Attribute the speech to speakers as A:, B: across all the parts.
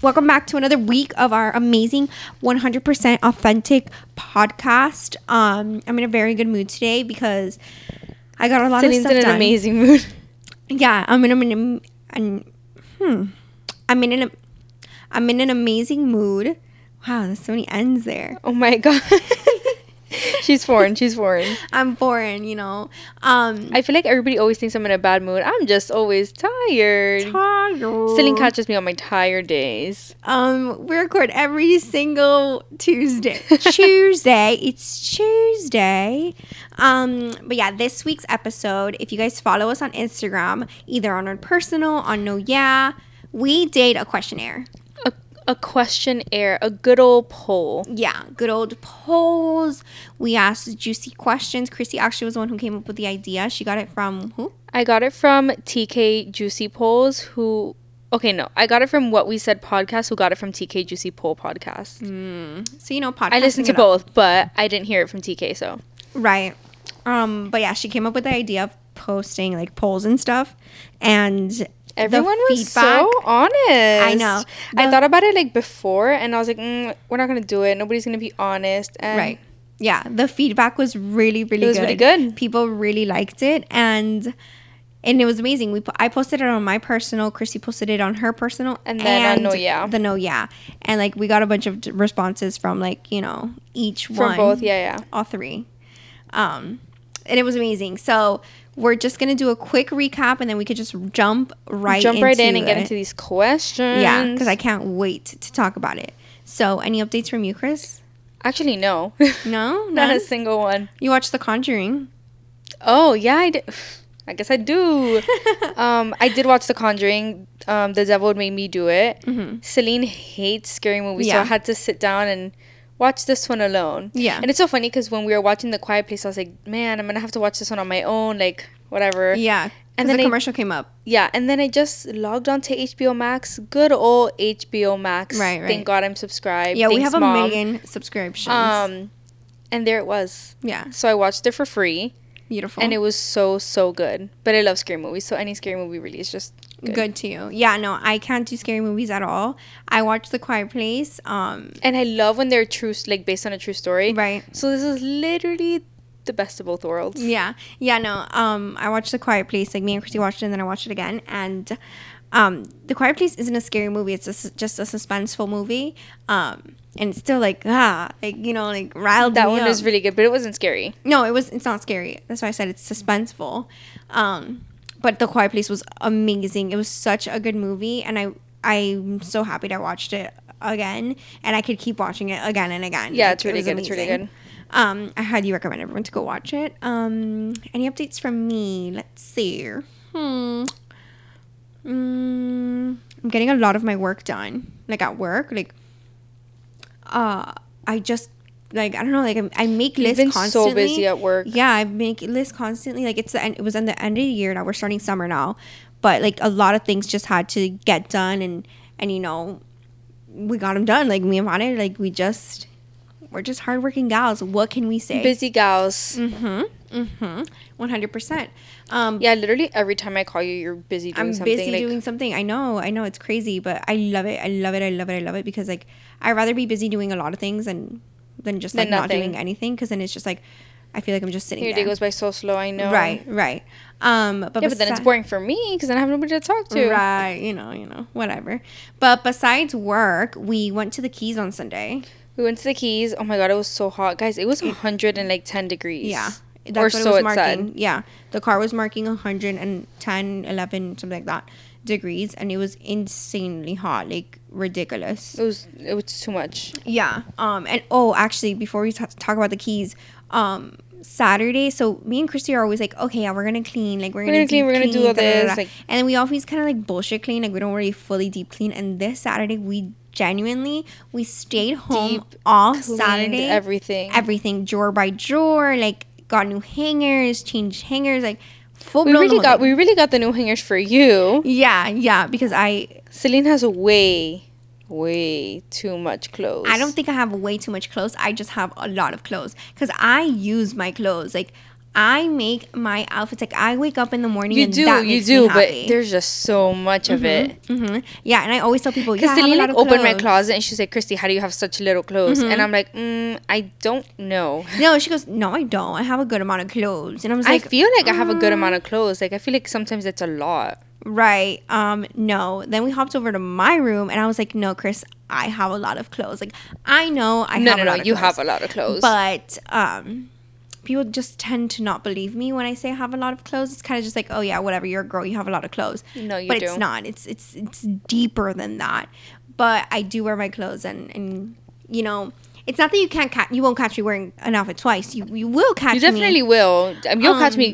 A: Welcome back to another week of our amazing 100% authentic podcast. Um, I'm in a very good mood today because I got a lot
B: Cindy's
A: of stuff
B: in an
A: done.
B: amazing mood.
A: Yeah, I'm in, I'm in, an- hmm. I'm in an, I'm in an amazing mood. Wow, there's so many ends there.
B: Oh my god. she's foreign. She's foreign.
A: I'm foreign, you know. Um,
B: I feel like everybody always thinks I'm in a bad mood. I'm just always tired. Celine catches me on my tired days.
A: Um, we record every single Tuesday. Tuesday, it's Tuesday. Um, but yeah, this week's episode, if you guys follow us on Instagram, either on our personal, on No Yeah, we did a questionnaire.
B: A, a questionnaire, a good old poll.
A: Yeah, good old polls. We asked juicy questions. Chrissy actually was the one who came up with the idea. She got it from who?
B: I got it from TK Juicy Polls, who. Okay, no, I got it from What We Said podcast, who got it from TK Juicy Poll podcast.
A: So you know, podcast.
B: Mm. I listened to both, but I didn't hear it from TK, so.
A: Right. Um, but yeah, she came up with the idea of posting like polls and stuff, and the
B: Everyone was so honest. I
A: know.
B: I
A: The-
B: thought about it like before, and I was like, mm, "We're not gonna do it. Nobody's gonna be honest." And
A: right. Yeah, the feedback was really, really
B: It was
A: good.
B: really good.
A: People really liked it, and and it was amazing. We po- I posted it on my personal. Chrissy posted it on her personal,
B: And then on No Yeah.
A: the no yeah, and like we got a bunch of d- responses from like you know each
B: from
A: one
B: both, yeah, yeah.
A: all three. Um, and it was amazing. So we're just gonna do a quick recap, and then we could just jump right
B: Jump right in and get
A: it.
B: into these questions.
A: yeah, because I can't wait to talk about it. So any updates from you, Chris?
B: actually no,
A: No,
B: not
A: none.
B: a single one.
A: You watched The Conjuring.
B: Oh yeah, I did. I guess I do. um, I did watch The Conjuring. Um, the Devil Made Me Do It. Celine hates scary movies, so
A: Mm-hmm. Yeah.
B: I had to sit down and watch this one alone.
A: Yeah.
B: and it's so funny because when we were watching The Quiet Place, I was like, "Man, I'm gonna have to watch this one on my own." Like whatever.
A: Yeah, and then
B: And then
A: the
B: I-
A: commercial came up.
B: Yeah, and then I just logged on to HBO Max. Good old HBO Max.
A: Right, right.
B: Thank God I'm subscribed.
A: Yeah, we
B: Thanks,
A: have a
B: Mom.
A: million subscriptions.
B: Um, and there it was.
A: yeah,
B: So I watched it for free,
A: beautiful
B: and it was so so good. But I love scary movies, so any scary movie really is just
A: good.
B: good.
A: to you. Yeah, no, I can't do scary movies at all. I watched The Quiet Place. Um,
B: And I love when they're true, like based on a true story.
A: right.
B: So this is literally the best of both worlds.
A: Yeah, yeah, no. Um, I watched The Quiet Place. Like me and Christy watched it, and then I watched it again. And um, The Quiet Place isn't a scary movie. It's a sus- just a suspenseful movie. Um, and it's still like ah, like you know, like riled
B: That
A: me
B: one
A: up.
B: was really good, but it wasn't scary.
A: No, it was. It's not scary. That's why I said it's suspenseful. Um, but The Quiet Place was amazing. It was such a good movie, and I I'm so happy that I watched it again, and I could keep watching it again and again.
B: Yeah,
A: Like,
B: it's really
A: was
B: good. It's really
A: amazing.
B: good.
A: Um, I highly recommend everyone to go watch it. Um, any updates from me? Let's see. Hmm. Mm, I'm getting a lot of my work done, like at work. Like, uh, I just like I don't know. Like I, I make lists
B: You've been
A: constantly.
B: so busy at work.
A: Yeah, I make lists constantly. Like it's the end, it was in the end of the year now. We're starting summer now, but like a lot of things just had to get done, and and you know, we got them done. Like me and Vane, like we just we're just hardworking gals. What can we say?
B: Busy gals.
A: Mm-hmm. Mm-hmm. One hundred percent. Um,
B: Yeah, literally every time I call you, you're busy doing
A: I'm
B: something.
A: busy
B: like,
A: doing something. I know, I know, it's crazy, but I love it. I love it. I love it. I love it because like I'd rather be busy doing a lot of things than than just like
B: Than
A: not
B: nothing.
A: doing anything. Because then it's just like I feel like I'm just sitting
B: Your day
A: there.
B: goes by so slow. I know.
A: Right, right. Um, but
B: Yeah, but then it's
A: besi-
B: boring for me because I don't have nobody to talk to.
A: Right, you know, you know, whatever. But besides work, we went to the Keys on Sunday.
B: We went to the Keys. Oh my god, it was so hot, guys. It was 110 degrees.
A: Yeah. That's
B: or
A: what
B: so
A: it
B: it
A: was marking.
B: said.
A: Yeah. The car was marking 110, 11, something like that degrees. And it was insanely hot, like ridiculous.
B: It was it was too much.
A: Yeah. Um. And oh, actually, before we t- talk about the keys, um, Saturday. So me and Christy are always like, okay, yeah, we're gonna clean. Like we're gonna,
B: gonna clean,
A: deep
B: we're gonna do all this, like-
A: and then we always kind of like bullshit clean. Like we don't really fully deep clean. And this Saturday, we genuinely we stayed home
B: Deep
A: all
B: Cleaned
A: Saturday.
B: everything.
A: everything drawer by drawer. Like got new hangers, changed hangers. Like full
B: we
A: blown.
B: really
A: whole
B: got
A: thing.
B: we really got the new hangers for you.
A: yeah, yeah. Because I
B: Celine has way, way too much clothes.
A: I don't think I have way too much clothes. I just have a lot of clothes because I use my clothes. Like I make my outfits like I wake up in the morning.
B: You
A: and
B: do,
A: that
B: you
A: makes me
B: do, but
A: happy.
B: there's just so much of it.
A: hmm Yeah, and I always tell people, yeah,
B: Because
A: I have a
B: Celine
A: lot
B: like
A: of
B: opened my
A: clothes. Mm-hmm.
B: closet and she's like, Christy, how do you have such little clothes? And I'm like, mm, I don't know.
A: No, she goes, no, I don't. I have a good amount of clothes, and I was like,
B: I feel like um, I have a good amount of clothes. Like I feel like sometimes it's a lot.
A: right, um, no. Then we hopped over to my room, and I was like, no, Chris, I have a lot of clothes. Like I know I
B: No,
A: have
B: no,
A: a
B: no.
A: lot of
B: You
A: clothes.
B: have a lot of clothes.
A: But um, people just tend to not believe me when I say I have a lot of clothes. It's kind of just like, oh yeah, whatever. You're a girl. You have a lot of clothes.
B: No, you
A: but
B: do.
A: it's not. It's it's it's deeper than that. But I do wear my clothes, and and you know. It's not that you can't catch, you won't catch me wearing an outfit twice. You you will catch
B: you
A: me.
B: definitely will. I mean, you'll catch me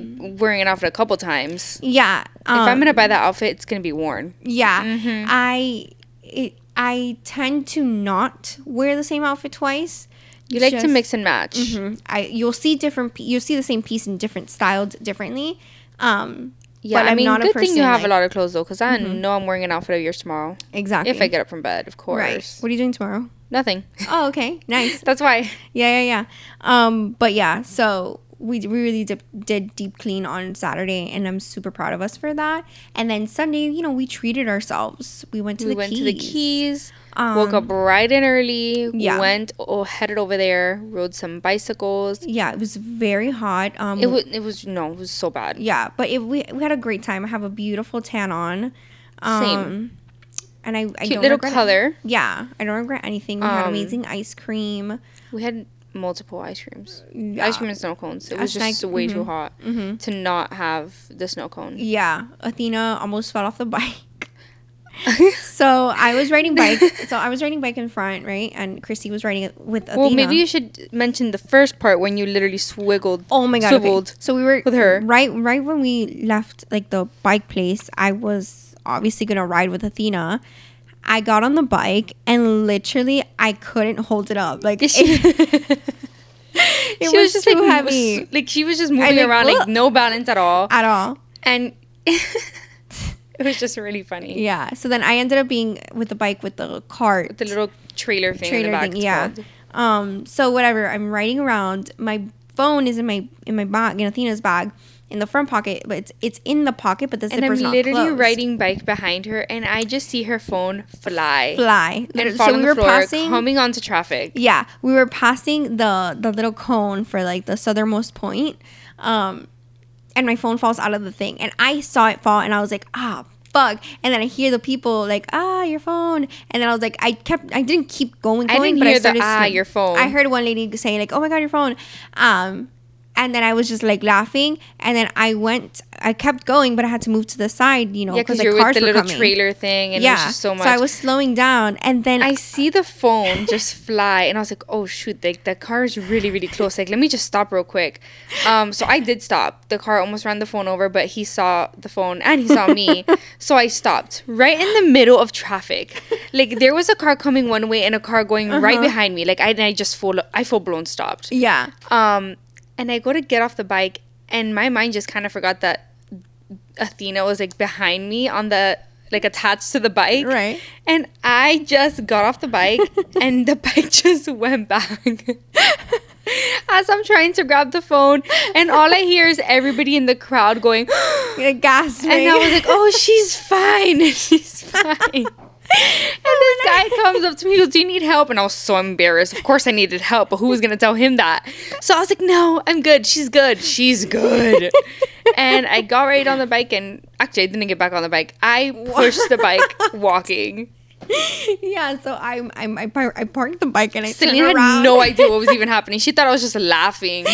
B: wearing an outfit a couple times.
A: Yeah.
B: If
A: um,
B: I'm gonna Mm-hmm. buy that outfit, it's gonna be worn.
A: Yeah. I it, I tend to not wear the same outfit twice.
B: You like to
A: Just-
B: mix and match.
A: Mhm. I you'll see different pe- you'll see the same piece in different styled differently. Um
B: Yeah,
A: but
B: I
A: I'm
B: mean,
A: not a
B: good thing you
A: person,
B: have a
A: like-
B: lot of clothes though, because I know I'm wearing an outfit of yours tomorrow.
A: exactly.
B: If I get up from bed, of course.
A: right. What are you doing tomorrow?
B: Nothing.
A: Oh, okay. Nice.
B: That's why.
A: Yeah, yeah, yeah. Um but yeah, so we, we really dip, did deep clean on Saturday, and I'm super proud of us for that. And then Sunday, you know, we treated ourselves. We went to
B: we
A: the
B: went
A: keys. Um,
B: to the Keys. woke up bright and early.
A: yeah.
B: Went oh, headed over there. Rode some bicycles.
A: Yeah, it was very hot. Um,
B: It was. It was no. It was so bad.
A: yeah, but it, we we had a great time. I have a beautiful tan on. Um,
B: Same.
A: And I, I
B: Cute
A: don't
B: little
A: regret it.
B: color.
A: Yeah, I don't regret anything. We had
B: Um,
A: amazing ice cream.
B: We had multiple ice creams.
A: Yeah. Uh,
B: Ice cream and snow cones. It
A: Us
B: was just
A: like-
B: way too hot to not have the snow cone.
A: Mm-hmm. Uh, Yeah, Athena almost fell off the bike. so I was riding bike. So I was riding bike in front, right? And Christy was riding it with Athena.
B: Well, maybe you should mention the first part when you literally swiggled.
A: Oh my god! okay.
B: Swiveled
A: So we were
B: with her.
A: right, right when we left like the bike place. I was obviously gonna ride with Athena. I got on the bike and literally I couldn't hold it up. Like it,
B: she
A: it
B: she
A: was, just too
B: like,
A: heavy
B: s- Like she was just moving
A: like,
B: around
A: "Whoa."
B: like no balance at all,
A: at all.
B: and it was just really funny.
A: Yeah. So then I ended up being with the bike with the cart.
B: The little trailer thing in
A: trailer
B: the back.
A: thing,
B: it's
A: yeah.
B: called.
A: Um. So whatever. I'm riding around. My phone is in my in my bag in Athena's bag in the front pocket, but it's it's in the pocket, but the
B: And I'm
A: zipper's not
B: literally
A: closed.
B: riding bike behind her, and I just see her phone fly,
A: fly.
B: and
A: Literally-
B: fall
A: so
B: on
A: we
B: the
A: were
B: floor,
A: passing.
B: coming onto traffic.
A: yeah, we were passing the the little cone for like the southernmost point, um, and my phone falls out of the thing, and I saw it fall, and I was like, ah. Fuck. And then I hear the people like, ah, your phone. And then I was like, I kept, I didn't keep going,
B: I
A: going,
B: didn't
A: but I
B: hear the,
A: started
B: "Ah,
A: saying-
B: your phone.
A: I heard one lady saying like, oh my god, your phone. Um, and then I was just like laughing, and then I went, I kept going, but I had to move to the side, you know,
B: Yeah, because
A: because the
B: you're
A: cars
B: with the
A: were
B: little
A: coming.
B: trailer thing, and
A: yeah,
B: it was just so much.
A: I was slowing down, and then
B: I see the phone just fly, and I was like, "Oh shoot! Like the car is really, really close. Like let me just stop real quick." Um, so I did stop. The car almost ran the phone over, but he saw the phone and he saw me, so I stopped right in the middle of traffic. Like there was a car coming one way and a car going right behind me. Like I, and I just full, I full blown stopped.
A: yeah,
B: Um, and I go to get off the bike, and my mind just kind of forgot that Athena was like behind me on the like attached to the bike.
A: Right.
B: And I just got off the bike, and the bike just went back. As I'm trying to grab the phone, and all I hear is everybody in the crowd going,
A: Like, gasped.
B: and I was like, "Oh, she's fine. She's fine." And this guy comes up to me, he goes, "Do you need help?" And I was so embarrassed. Of course, I needed help, but who was gonna tell him that? So I was like, "No, I'm good. She's good. She's good." and I got right on the bike, and actually, I didn't get back on the bike. I pushed the bike walking.
A: yeah, so I'm, I'm I, par- I parked the bike and I
B: Celine
A: turned
B: had
A: around.
B: no idea what was even happening. She thought I was just laughing.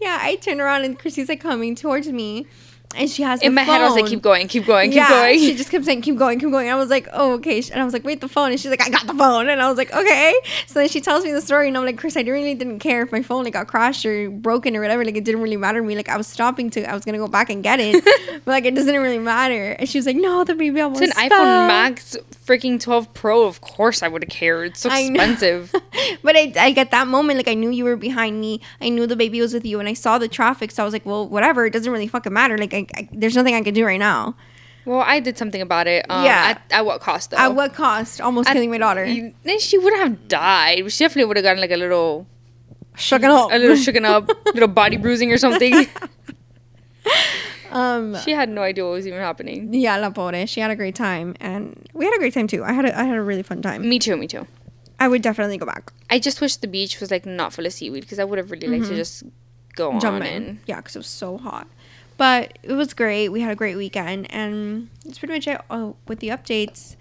A: yeah, I turned around and Christy's like coming towards me, and she has the
B: In my head, I was like,
A: phone.
B: "Keep going, keep going, keep
A: yeah,
B: going."
A: she just kept saying keep going, keep going. And I was like, oh okay, and I was like, wait, the phone, and she's like, I got the phone, and I was like, okay. So then she tells me the story, and I'm like, Chris, I really didn't care if my phone like got crashed or broken or whatever. Like it didn't really matter to me. Like I was stopping to, I was gonna go back and get it, but like it doesn't really matter. And she was like, no, the baby almost
B: It's an
A: fell.
B: iPhone Max freaking 12 Pro. Of course, I would have cared. It's so
A: I know.
B: expensive.
A: but I, I get that moment like I knew you were behind me. I knew the baby was with you, and I saw the traffic. So I was like, well, whatever. It doesn't really fucking matter. Like, I, I, there's nothing I can do right now.
B: well, I did something about it. Um,
A: Yeah.
B: At, at what cost, though?
A: At what cost? Almost killing my daughter.
B: Oh. You- then she wouldn't have died. She definitely would have gotten like a little,
A: Shook it up.
B: a little shooken up, little body bruising or something.
A: Um,
B: She had no idea what was even happening.
A: yeah, la pobre. She had a great time, and we had a great time too. I had a, I had a really fun time.
B: Me too, me too.
A: I would definitely go back.
B: I just wish the beach was like not full of seaweed because I would have really liked to just go on
A: Mm-hmm. Jump
B: in.
A: in. Yeah, because it was so hot. But it was great. We had a great weekend, and it's pretty much it oh, with the updates.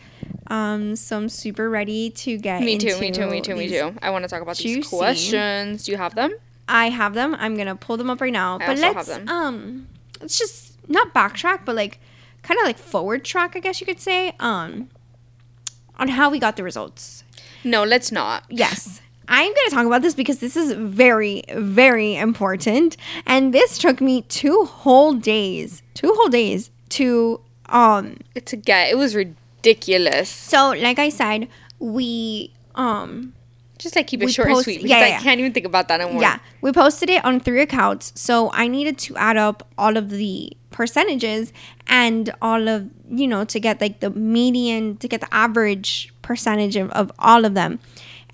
A: Um, so I'm super ready to get
B: Me too, me too,
A: into
B: me too, me
A: these
B: too. I want to talk about these
A: juicy-
B: questions. Do you have them?
A: I have them. I'm gonna pull them up right now. but
B: also have
A: let's
B: them.
A: um let's just not backtrack, but like kind of like forward track, I guess you could say. Um on how we got the results.
B: No, let's not.
A: Yes. I'm going to talk about this because this is very, very important. And this took me two whole days, two whole days to um
B: It's a get. It was ridiculous.
A: so like I said, we um
B: Just like keep it
A: We
B: short and
A: post-
B: sweet
A: yeah,
B: because
A: yeah,
B: I
A: yeah.
B: can't even think about that anymore.
A: Yeah, we posted it on three accounts, so I needed to add up all of the percentages and all of you know to get like the median to get the average percentage of, of all of them.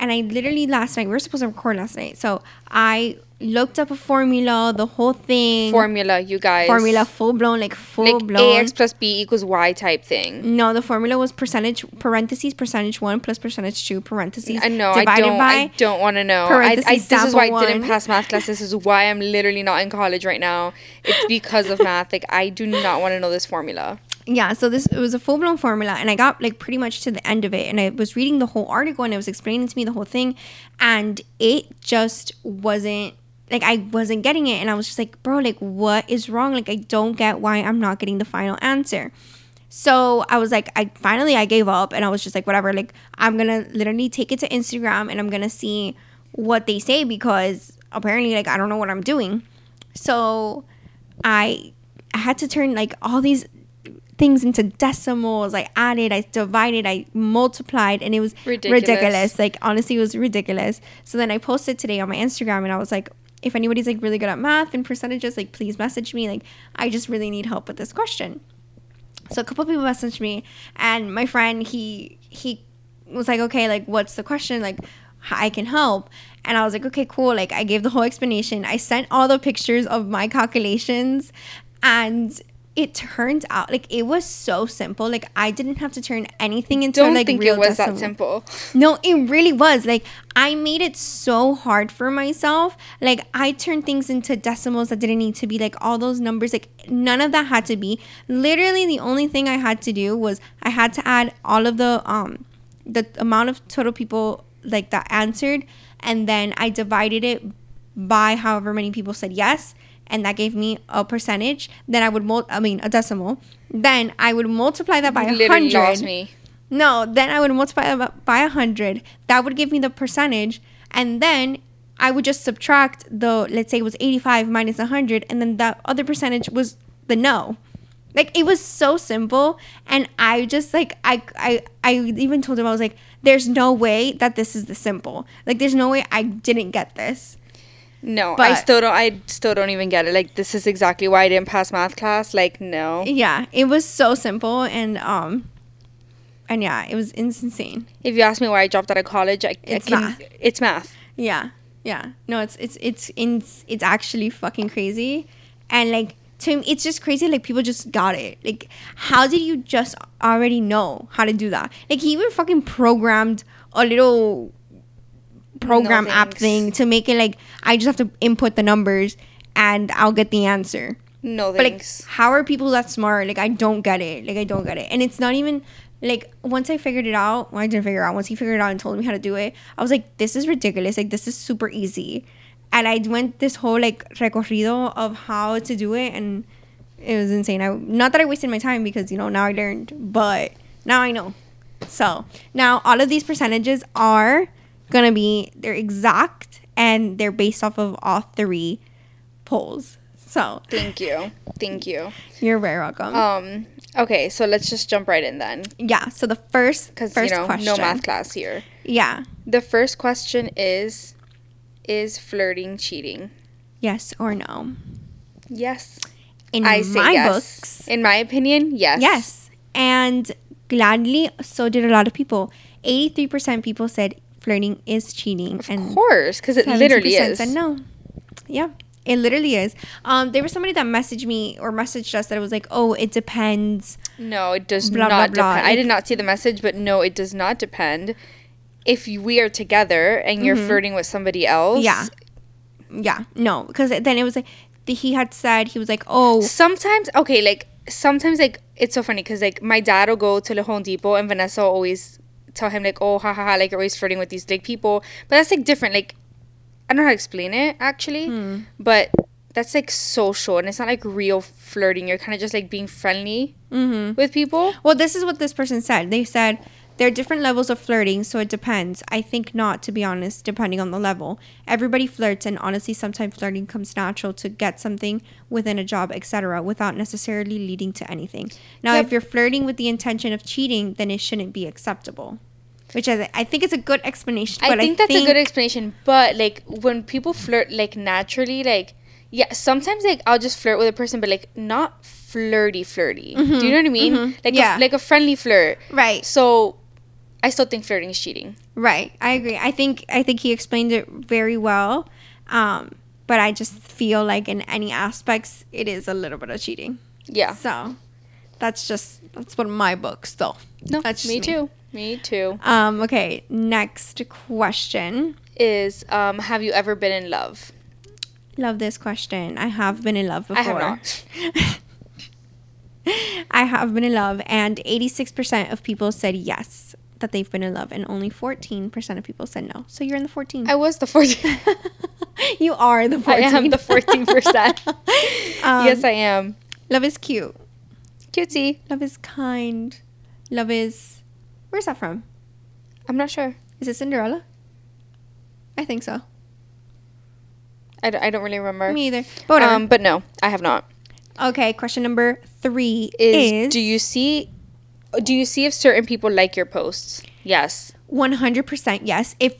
A: And I literally last night we were supposed to record last night, so I looked up a formula, the whole thing,
B: Formula, you guys.
A: formula full blown, like full
B: Like
A: blown.
B: AX plus B equals Y type thing.
A: no, the formula was percentage parentheses percentage one plus percentage two parentheses
B: I know. Uh, I don't. I don't want to know. I, I,
A: parentheses,
B: this is why
A: sample
B: I didn't
A: one.
B: pass math class. This is why I'm literally not in college right now. It's because of math. Like I do not want to know this formula.
A: yeah so this it was a full-blown formula and i got like pretty much to the end of it and i was reading the whole article and it was explaining to me the whole thing and it just wasn't like i wasn't getting it and i was just like bro like what is wrong like i don't get why i'm not getting the final answer so i was like i finally i gave up and i was just like whatever like i'm gonna literally take it to instagram and i'm gonna see what they say because apparently like i don't know what i'm doing so i i had to turn like all these things into decimals. I added, I divided, I multiplied, and it was
B: Ridiculous.
A: ridiculous. Like honestly, it was ridiculous. So then I posted today on my Instagram, and I was like, if anybody's like really good at math and percentages, like please message me. Like I just really need help with this question. So a couple people messaged me, and my friend he he was like, okay, like what's the question? Like h- I can help. And I was like, okay, cool. Like I gave the whole explanation. I sent all the pictures of my calculations, and it turned out like it was so simple. Like I didn't have to turn anything into
B: Don't
A: like
B: think
A: real
B: it was
A: decimal.
B: that simple.
A: No, it really was. Like I made it so hard for myself. Like I turned things into decimals that didn't need to be like all those numbers. Like none of that had to be. Literally the only thing I had to do was I had to add all of the um the amount of total people like that answered and then I divided it by however many people said yes and that gave me a percentage then I would mul- I mean a decimal then I would multiply that by a
B: You literally lost
A: 100
B: me.
A: no, then I would multiply that by 100. That would give me the percentage. And then I would just subtract the, let's say it was 85 minus 100. And then that other percentage was the no. Like it was so simple. And I just like, I, I, I even told him, I was like, there's no way that this is the simple. Like there's no way I didn't get this.
B: No, I
A: But-
B: still don't. I still don't even get it. Like this is exactly why I didn't pass math class. Like no,
A: Yeah, it was so simple. And, um, and yeah, it was insane.
B: if you ask me why I dropped out of college, I,
A: It's
B: I can.
A: math.
B: It's math.
A: Yeah, yeah. No, it's it's it's it's, it's actually fucking crazy, and like to me, it's just crazy. Like people just got it. Like, how did you just already know how to do that? Like he even fucking programmed a little program
B: No
A: app
B: thanks.
A: thing to make it like I just have to input the numbers and I'll get the answer.
B: No
A: But like,
B: thanks.
A: how are people that smart? Like, I don't get it. Like, I don't get it. And it's not even like once I figured it out. Well, I didn't figure it out. Once he figured it out and told me how to do it, I was like, this is ridiculous. Like, this is super easy. And I went this whole like recorrido of how to do it, and it was insane. I not that I wasted my time because you know now I learned, but now I know. So now all of these percentages are gonna be they're exact and they're based off of all three polls. So
B: Thank you. Thank you.
A: you're very welcome.
B: Um. Okay, so let's just jump right in then,
A: yeah. So the first,
B: because
A: first
B: you know
A: question.
B: no math class here.
A: Yeah.
B: The first question is, is flirting cheating?
A: Yes or no?
B: Yes.
A: In
B: I say
A: my
B: yes.
A: books,
B: In my opinion, yes.
A: yes. And gladly, so did a lot of people. Eighty-three percent people said flirting is cheating,
B: Of
A: and
B: course, because it
A: 70%
B: literally is.
A: said no. Yeah. It literally is. Um, there was somebody that messaged me or messaged us that was like, "Oh, it depends."
B: No, it does
A: Blah,
B: not
A: blah, blah.
B: depend. I
A: Like-
B: did not see the message, but no, it does not depend. If you- we are together and you're flirting with somebody else,
A: Mm-hmm. Yeah. Yeah, no, because then it was like the, he had said he was like, "Oh,
B: Sometimes, okay, like sometimes, like it's so funny because like my dad will go to the Home Depot and Vanessa will always tell him like, oh, ha ha ha, like you're always flirting with these like people, but that's like different. Like I don't know how to explain it actually, but that's like social and it's not like real flirting. You're kind of just like being friendly with people.
A: well, this is what this person said." They said there are different levels of flirting, so it depends. I think not, to be honest, depending on the level. Everybody flirts, and honestly, sometimes flirting comes natural to get something within a job, etc., without necessarily leading to anything. Now,
B: Yep.
A: if you're flirting with the intention of cheating, then it shouldn't be acceptable. Which I, I think is a good explanation.
B: I
A: but
B: think that's a good explanation. But like when people flirt like naturally, like yeah, sometimes like I'll just flirt with a person, but like not flirty flirty. Do you know what I mean? Like
A: Yeah.
B: a, like a friendly flirt.
A: right.
B: So I still think flirting is cheating.
A: Right. I agree. I think I think he explained it very well. Um, but I just feel like in any aspects it is a little bit of cheating.
B: Yeah.
A: So that's just that's what my books though.
B: No,
A: that's just
B: me too. Me too.
A: Um, okay, next question.
B: Is um have you ever been in love?
A: Love this question. I have been in love before.
B: I have not.
A: I have been in love, and 86% of people said yes, that they've been in love, and only 14% of people said no. So you're in the 14.
B: I was the 14.
A: you are the 14.
B: I am the 14%.
A: Um,
B: yes, I am.
A: Love is cute.
B: Cutesy.
A: Love is kind. Love is. Where's that from?
B: I'm not sure.
A: Is it Cinderella? I think so.
B: I, d- I don't really remember.
A: Me either. But whatever.
B: um, but no, I have not.
A: okay, question number three
B: is,
A: is,
B: do you see do you see if certain people like your posts? Yes.
A: 100% yes. If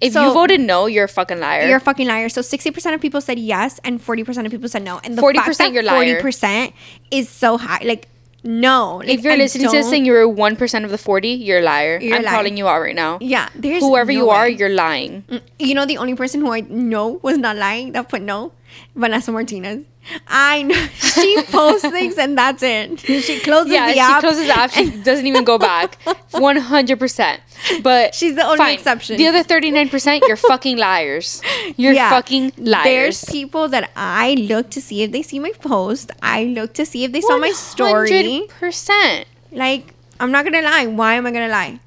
B: If
A: So-
B: you voted no, you're a fucking liar.
A: You're a fucking liar. So 60% of people said yes, and 40% of people said no. And the 40%
B: 40%
A: fact that
B: you're liar.
A: 40% is so high. Like, no. Like,
B: if you're
A: I
B: listening to this
A: don't-
B: and you're one percent of the forty, you're a liar.
A: You're a
B: I'm
A: liar.
B: calling you out right now.
A: yeah, there's
B: Whoever
A: no
B: you are,
A: way.
B: you're lying.
A: You know, the only person who I know was not lying that put no, Vanessa Martinez. I know she posts things and that's it. She closes
B: Yeah,
A: the
B: she
A: app.
B: closes the app. She doesn't even go back. One hundred percent. But
A: She's the only exception.
B: The other thirty nine percent, you're fucking liars. You're
A: Yeah.
B: fucking liars.
A: There's people that I look to see if they see my post. I look to see if they saw my story.
B: percent.
A: Like, I'm not gonna lie. Why am I gonna lie?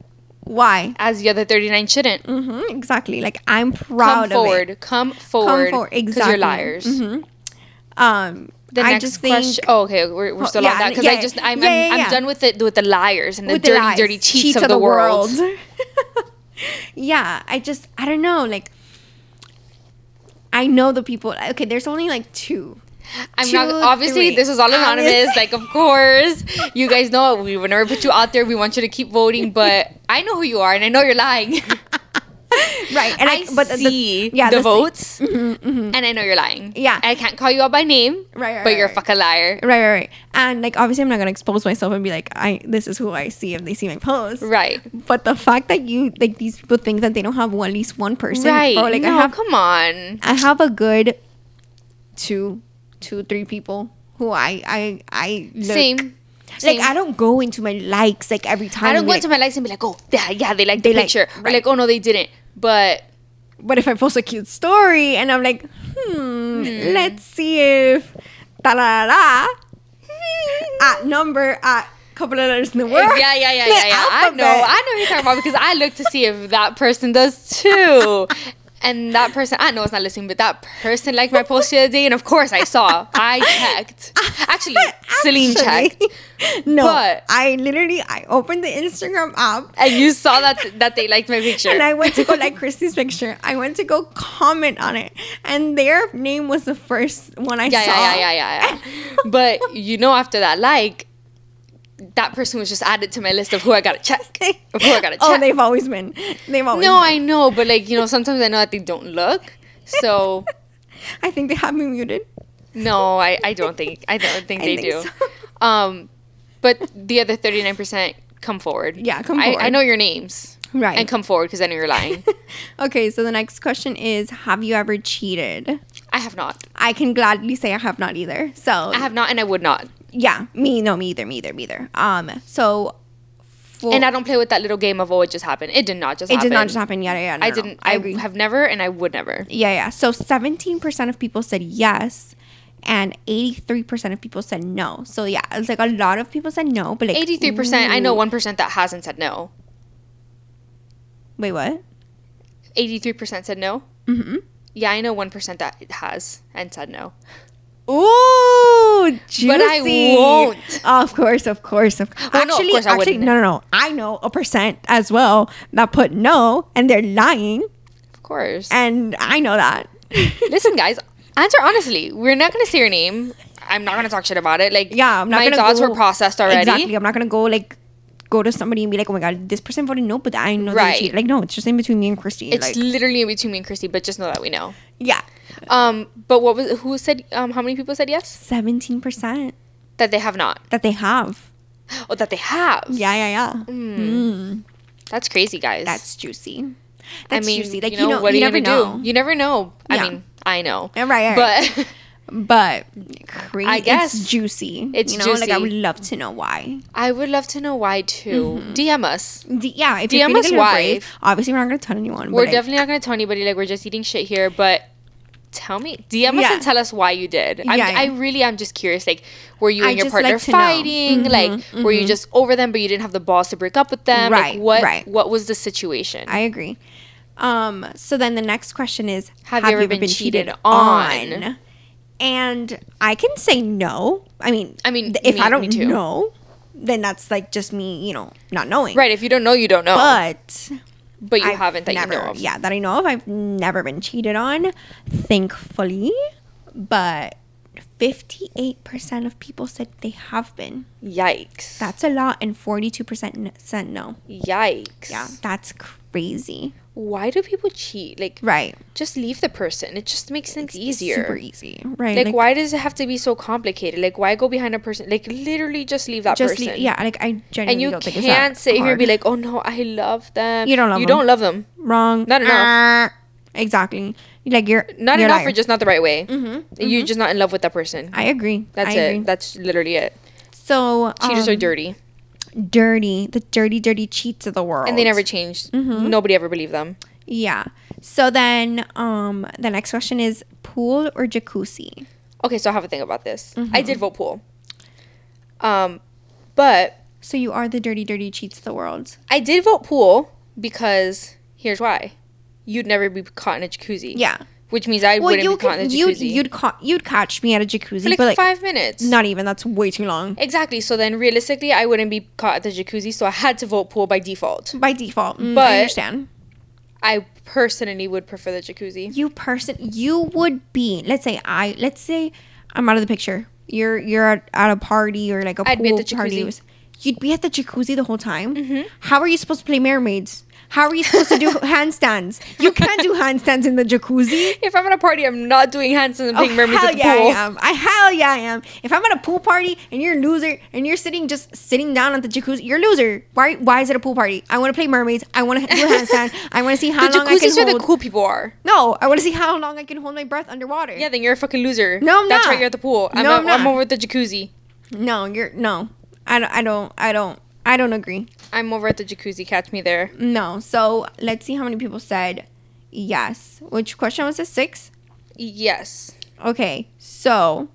A: Why?
B: As the other thirty nine shouldn't.
A: Mm-hmm, exactly. Like I'm
B: Come
A: proud of
B: forward.
A: it.
B: Come forward.
A: forward,
B: 'cause
A: exactly. Mm-hmm.
B: You're liars.
A: Um,
B: The
A: I
B: next
A: just think
B: question. oh, okay, we're, we're
A: Oh,
B: still
A: yeah,
B: on that because
A: yeah,
B: I just I'm
A: yeah, yeah,
B: I'm, I'm
A: yeah.
B: done with it with the liars and the
A: with
B: dirty
A: lies,
B: dirty cheats, of, the, world.
A: yeah, I just I don't know. Like I know the people. Okay, there's only like two.
B: I'm
A: Two,
B: not obviously
A: three.
B: this is all anonymous.
A: Honest.
B: Like of course you guys know we would never put you out there. We want you to keep voting, but I know who you are and I know you're lying.
A: Right, and
B: I,
A: I, but the- the-
B: see
A: yeah,
B: the
A: the- Mm-hmm,
B: votes, and I know you're lying.
A: Yeah.
B: I can't call you out by name,
A: Right, right,
B: but you're
A: right.
B: a fucking liar.
A: Right, right, right. And like obviously, I'm not gonna expose myself and be like, I this is who I see if they see my post.
B: Right,
A: But the fact that you like these people think that they don't have one, at least one person.
B: right.
A: bro, Oh, like
B: no,
A: I have
B: come on.
A: I have a good two, two, three people who I I I look.
B: Same.
A: Like
B: Same.
A: I don't go into my likes like every time.
B: I don't
A: and
B: go
A: be
B: into my likes and be like, oh, yeah, yeah they liked
A: They
B: the
A: like-
B: picture. Or
A: right.
B: like, oh, no, they didn't. But
A: like, but if I post a cute story and I'm like, hmm, let's see if da da da at number at couple of letters in the word.
B: Hmm. yeah, yeah, yeah,
A: the
B: yeah, yeah. I know.
A: alphabet.
B: I know what you're talking about because I look to see if that person does too. And that person, I know it's not listening, but that person liked my post the other day, and of course I saw. I checked. Actually, Celine checked,
A: checked. No,
B: But- Uh,
A: I literally I opened the Instagram app
B: and you saw that that they liked my picture.
A: and I went to go like Christy's picture. I went to go comment on it, and their name was the first one I
B: yeah,
A: saw.
B: yeah, yeah, yeah, yeah, yeah. but you know, after that like, that person was just added to my list of who I gotta check. Of who I gotta check.
A: Oh, they've always been. They've always.
B: No,
A: No,
B: I know, but like you know, sometimes I know that they don't look. So
A: I think they have me muted.
B: no, I, I don't think I don't think
A: I
B: they
A: think
B: do.
A: so.
B: Um, but the other thirty nine percent come forward.
A: Yeah, come
B: I, I
A: forward.
B: know your names,
A: Right.
B: And come forward because I know you're lying.
A: okay, so the next question is: Have you ever cheated?
B: I have not.
A: I can gladly say I have not either. So
B: I have not, and I would not.
A: yeah, me no, me either, me either, me either. Um, so for,
B: And I don't play with that little game of oh, it just happened. It did not just.
A: it
B: happen.
A: did not just happen. Yada yada. no,
B: I
A: no,
B: didn't.
A: I
B: I,
A: agree.
B: have never, and I would never.
A: Yeah, yeah. So 17% of people said yes and 83% of people said no. So yeah, it's like a lot of people said no, but like
B: Eighty-three percent. I know
A: ooh.
B: one percent that hasn't said no.
A: Wait, what?
B: Eighty-three percent said no.
A: Mhm.
B: Yeah, I know one percent that has and said no.
A: Ooh, juicy.
B: But I won't.
A: Of course, of course, of course.
B: Well,
A: actually,
B: no, of course I
A: actually,
B: wouldn't.
A: no, no, no. I know a percent as well that put no, and they're lying,
B: Of course.
A: and I know that.
B: Listen, guys, answer honestly. We're not gonna say your name. I'm not gonna talk shit about it. Like,
A: yeah, I'm not
B: my
A: gonna
B: thoughts
A: go-
B: were processed already.
A: Exactly. I'm not gonna go like go to somebody and be like, oh my god, this person voted no, but I know right.
B: Right.
A: Like, no, it's just in between me and Christy.
B: It's
A: like,
B: literally in between me and Christy, but just know that we know.
A: yeah,
B: Um, but what was who said? Um, how many people said yes
A: seventeen percent
B: that they have not?
A: that they have.
B: Oh, that they have.
A: Yeah, yeah,
B: Mm.
A: yeah.
B: That's crazy, guys.
A: That's juicy.
B: I
A: That's
B: mean,
A: juicy. Like
B: you know, what
A: you
B: are
A: never
B: you
A: know.
B: gonna do? You never know.
A: Yeah.
B: I mean, I know.
A: Yeah, right, right,
B: But
A: but crazy.
B: I guess.
A: it's juicy.
B: It's
A: you know, like I
B: juicy.
A: would love to know why.
B: I would love to know why too.
A: Mm-hmm.
B: DM us.
A: D- yeah, if
B: DM
A: you're
B: us
A: feeling why.
B: why.
A: brave, obviously we're not gonna tell anyone.
B: We're
A: but, like,
B: definitely not gonna tell anybody. Like we're just eating shit here, but. Tell me, DM us
A: Yeah.
B: and tell us why you did. I'm,
A: Yeah, yeah.
B: I really am just curious. Like, were you
A: I
B: and your
A: just
B: partner
A: like to know. Mm-hmm,
B: fighting? like, were you just over them, but you didn't have the balls to break up with them?
A: Right,
B: Like, what
A: right.
B: what was the situation?
A: I agree. Um, so then the next question is
B: Have you ever been cheated on?
A: And I can say no. I mean,
B: I mean,
A: th- if
B: me-
A: I
B: me
A: don't
B: too.
A: know, then that's like just me, you know, not knowing.
B: Right. If you don't know, you don't know. But,
A: But
B: you
A: I've
B: haven't that
A: never,
B: you know of.
A: Yeah, that I know of. I've never been cheated on, thankfully. But 58% of people said they have been.
B: Yikes.
A: That's a lot. And 42% n- said no.
B: Yikes.
A: Yeah, that's crazy.
B: Why do people cheat? Like,
A: Right.
B: just leave the person. It just makes things easier.
A: Super easy. Right.
B: Like, why does it have to be so complicated? Like, why go behind a person? Like, literally, just leave that
A: just
B: person.
A: leave, yeah, like I genuinely
B: And you
A: don't think it's that
B: can't sit here and be
A: hard.
B: like, "Oh no, I love them."
A: You don't love
B: You
A: them.
B: don't love them.
A: wrong.
B: not enough.
A: Ah, exactly. Like you're
B: Not
A: you're a
B: enough,
A: liar.
B: or just not the right way. You're just not in love with that person.
A: I agree.
B: That's
A: I
B: it.
A: Agree.
B: That's literally it.
A: So
B: Cheaters are
A: um,
B: dirty,
A: dirty. The dirty, dirty cheats of the world.
B: and they never changed.
A: Mm-hmm.
B: Nobody ever believed them.
A: Yeah. So then, um, the next question is pool or jacuzzi.
B: Okay, so I have a thing about this. I
A: Mm-hmm.
B: did vote pool. Um, but
A: So you are the dirty, dirty cheats of the world.
B: I did vote pool because here's why: you'd never be caught in a jacuzzi.
A: Yeah.
B: which means I
A: Well,
B: wouldn't
A: you
B: be caught in
A: could
B: a
A: you'd
B: jacuzzi.
A: you'd, ca- you'd catch me at a jacuzzi,
B: for like,
A: but like
B: five minutes.
A: not even. That's way too long
B: exactly. So then, realistically, I wouldn't be caught at the jacuzzi. So I had to vote pool by default.
A: by default. Mm,
B: But-
A: I understand.
B: I personally would prefer the jacuzzi.
A: you person you would be let's say i let's say i'm out of the picture you're you're at, at a party or like a
B: I'd
A: pool
B: be at the
A: party
B: jacuzzi. Mm-hmm.
A: you'd be at the jacuzzi the whole time how are you supposed to play mermaids how are you supposed to do handstands you can't do handstands in the jacuzzi
B: If I'm at a party, I'm not doing hands and playing
A: Oh,
B: mermaids
A: hell
B: at the
A: yeah
B: pool.
A: I am. I hell yeah I am. If I'm at a pool party and you're a loser and you're sitting just sitting down at the jacuzzi, you're a loser. Why why is it a pool party? I want to play mermaids. I want to do a handstand. I want to see how
B: The
A: long I can
B: jacuzzis where
A: hold.
B: the cool people are.
A: no, I want to see how long I can hold my breath underwater.
B: Yeah, then you're a fucking loser.
A: No, I'm
B: That's
A: not.
B: right. You're at the pool. I'm,
A: No,
B: no,
A: I'm not.
B: I'm over at the jacuzzi.
A: No, you're no. I don't. I don't. I don't. I don't agree.
B: I'm over at the jacuzzi. Catch me there.
A: No. So let's see how many people said yes. Which question was this? Six.
B: Yes.
A: Okay. So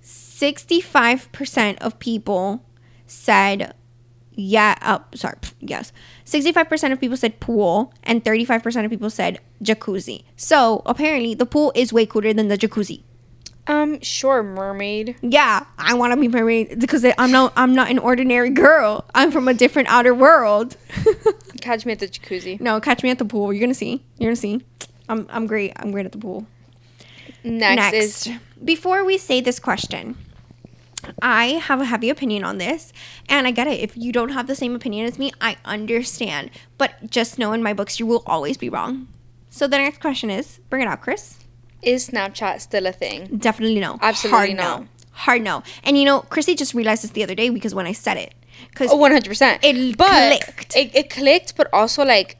A: sixty-five percent of people said yeah. Uh, sorry. pff, Yes. Sixty-five percent of people said pool, and thirty-five percent of people said jacuzzi. So apparently, the pool is way cooler than the jacuzzi.
B: Um, sure, mermaid.
A: yeah, I want to be married because I'm not I'm not an ordinary girl. I'm from a different outer world.
B: Catch me at the jacuzzi.
A: no, catch me at the pool. You're gonna see. You're gonna see. I'm I'm great. I'm great at the pool.
B: Next, is
A: before we say this question, I have a heavy opinion on this, and I get it. If you don't have the same opinion as me, I understand. But just know in my books, you will always be wrong. So the next question is, bring it out, Chris.
B: is Snapchat still a thing?
A: Definitely no.
B: Absolutely
A: Hard
B: no.
A: Hard no. And you know, Chrissy just realized this the other day because when I said it, because
B: Oh, 100%.
A: It
B: but
A: clicked.
B: It, it clicked, but also like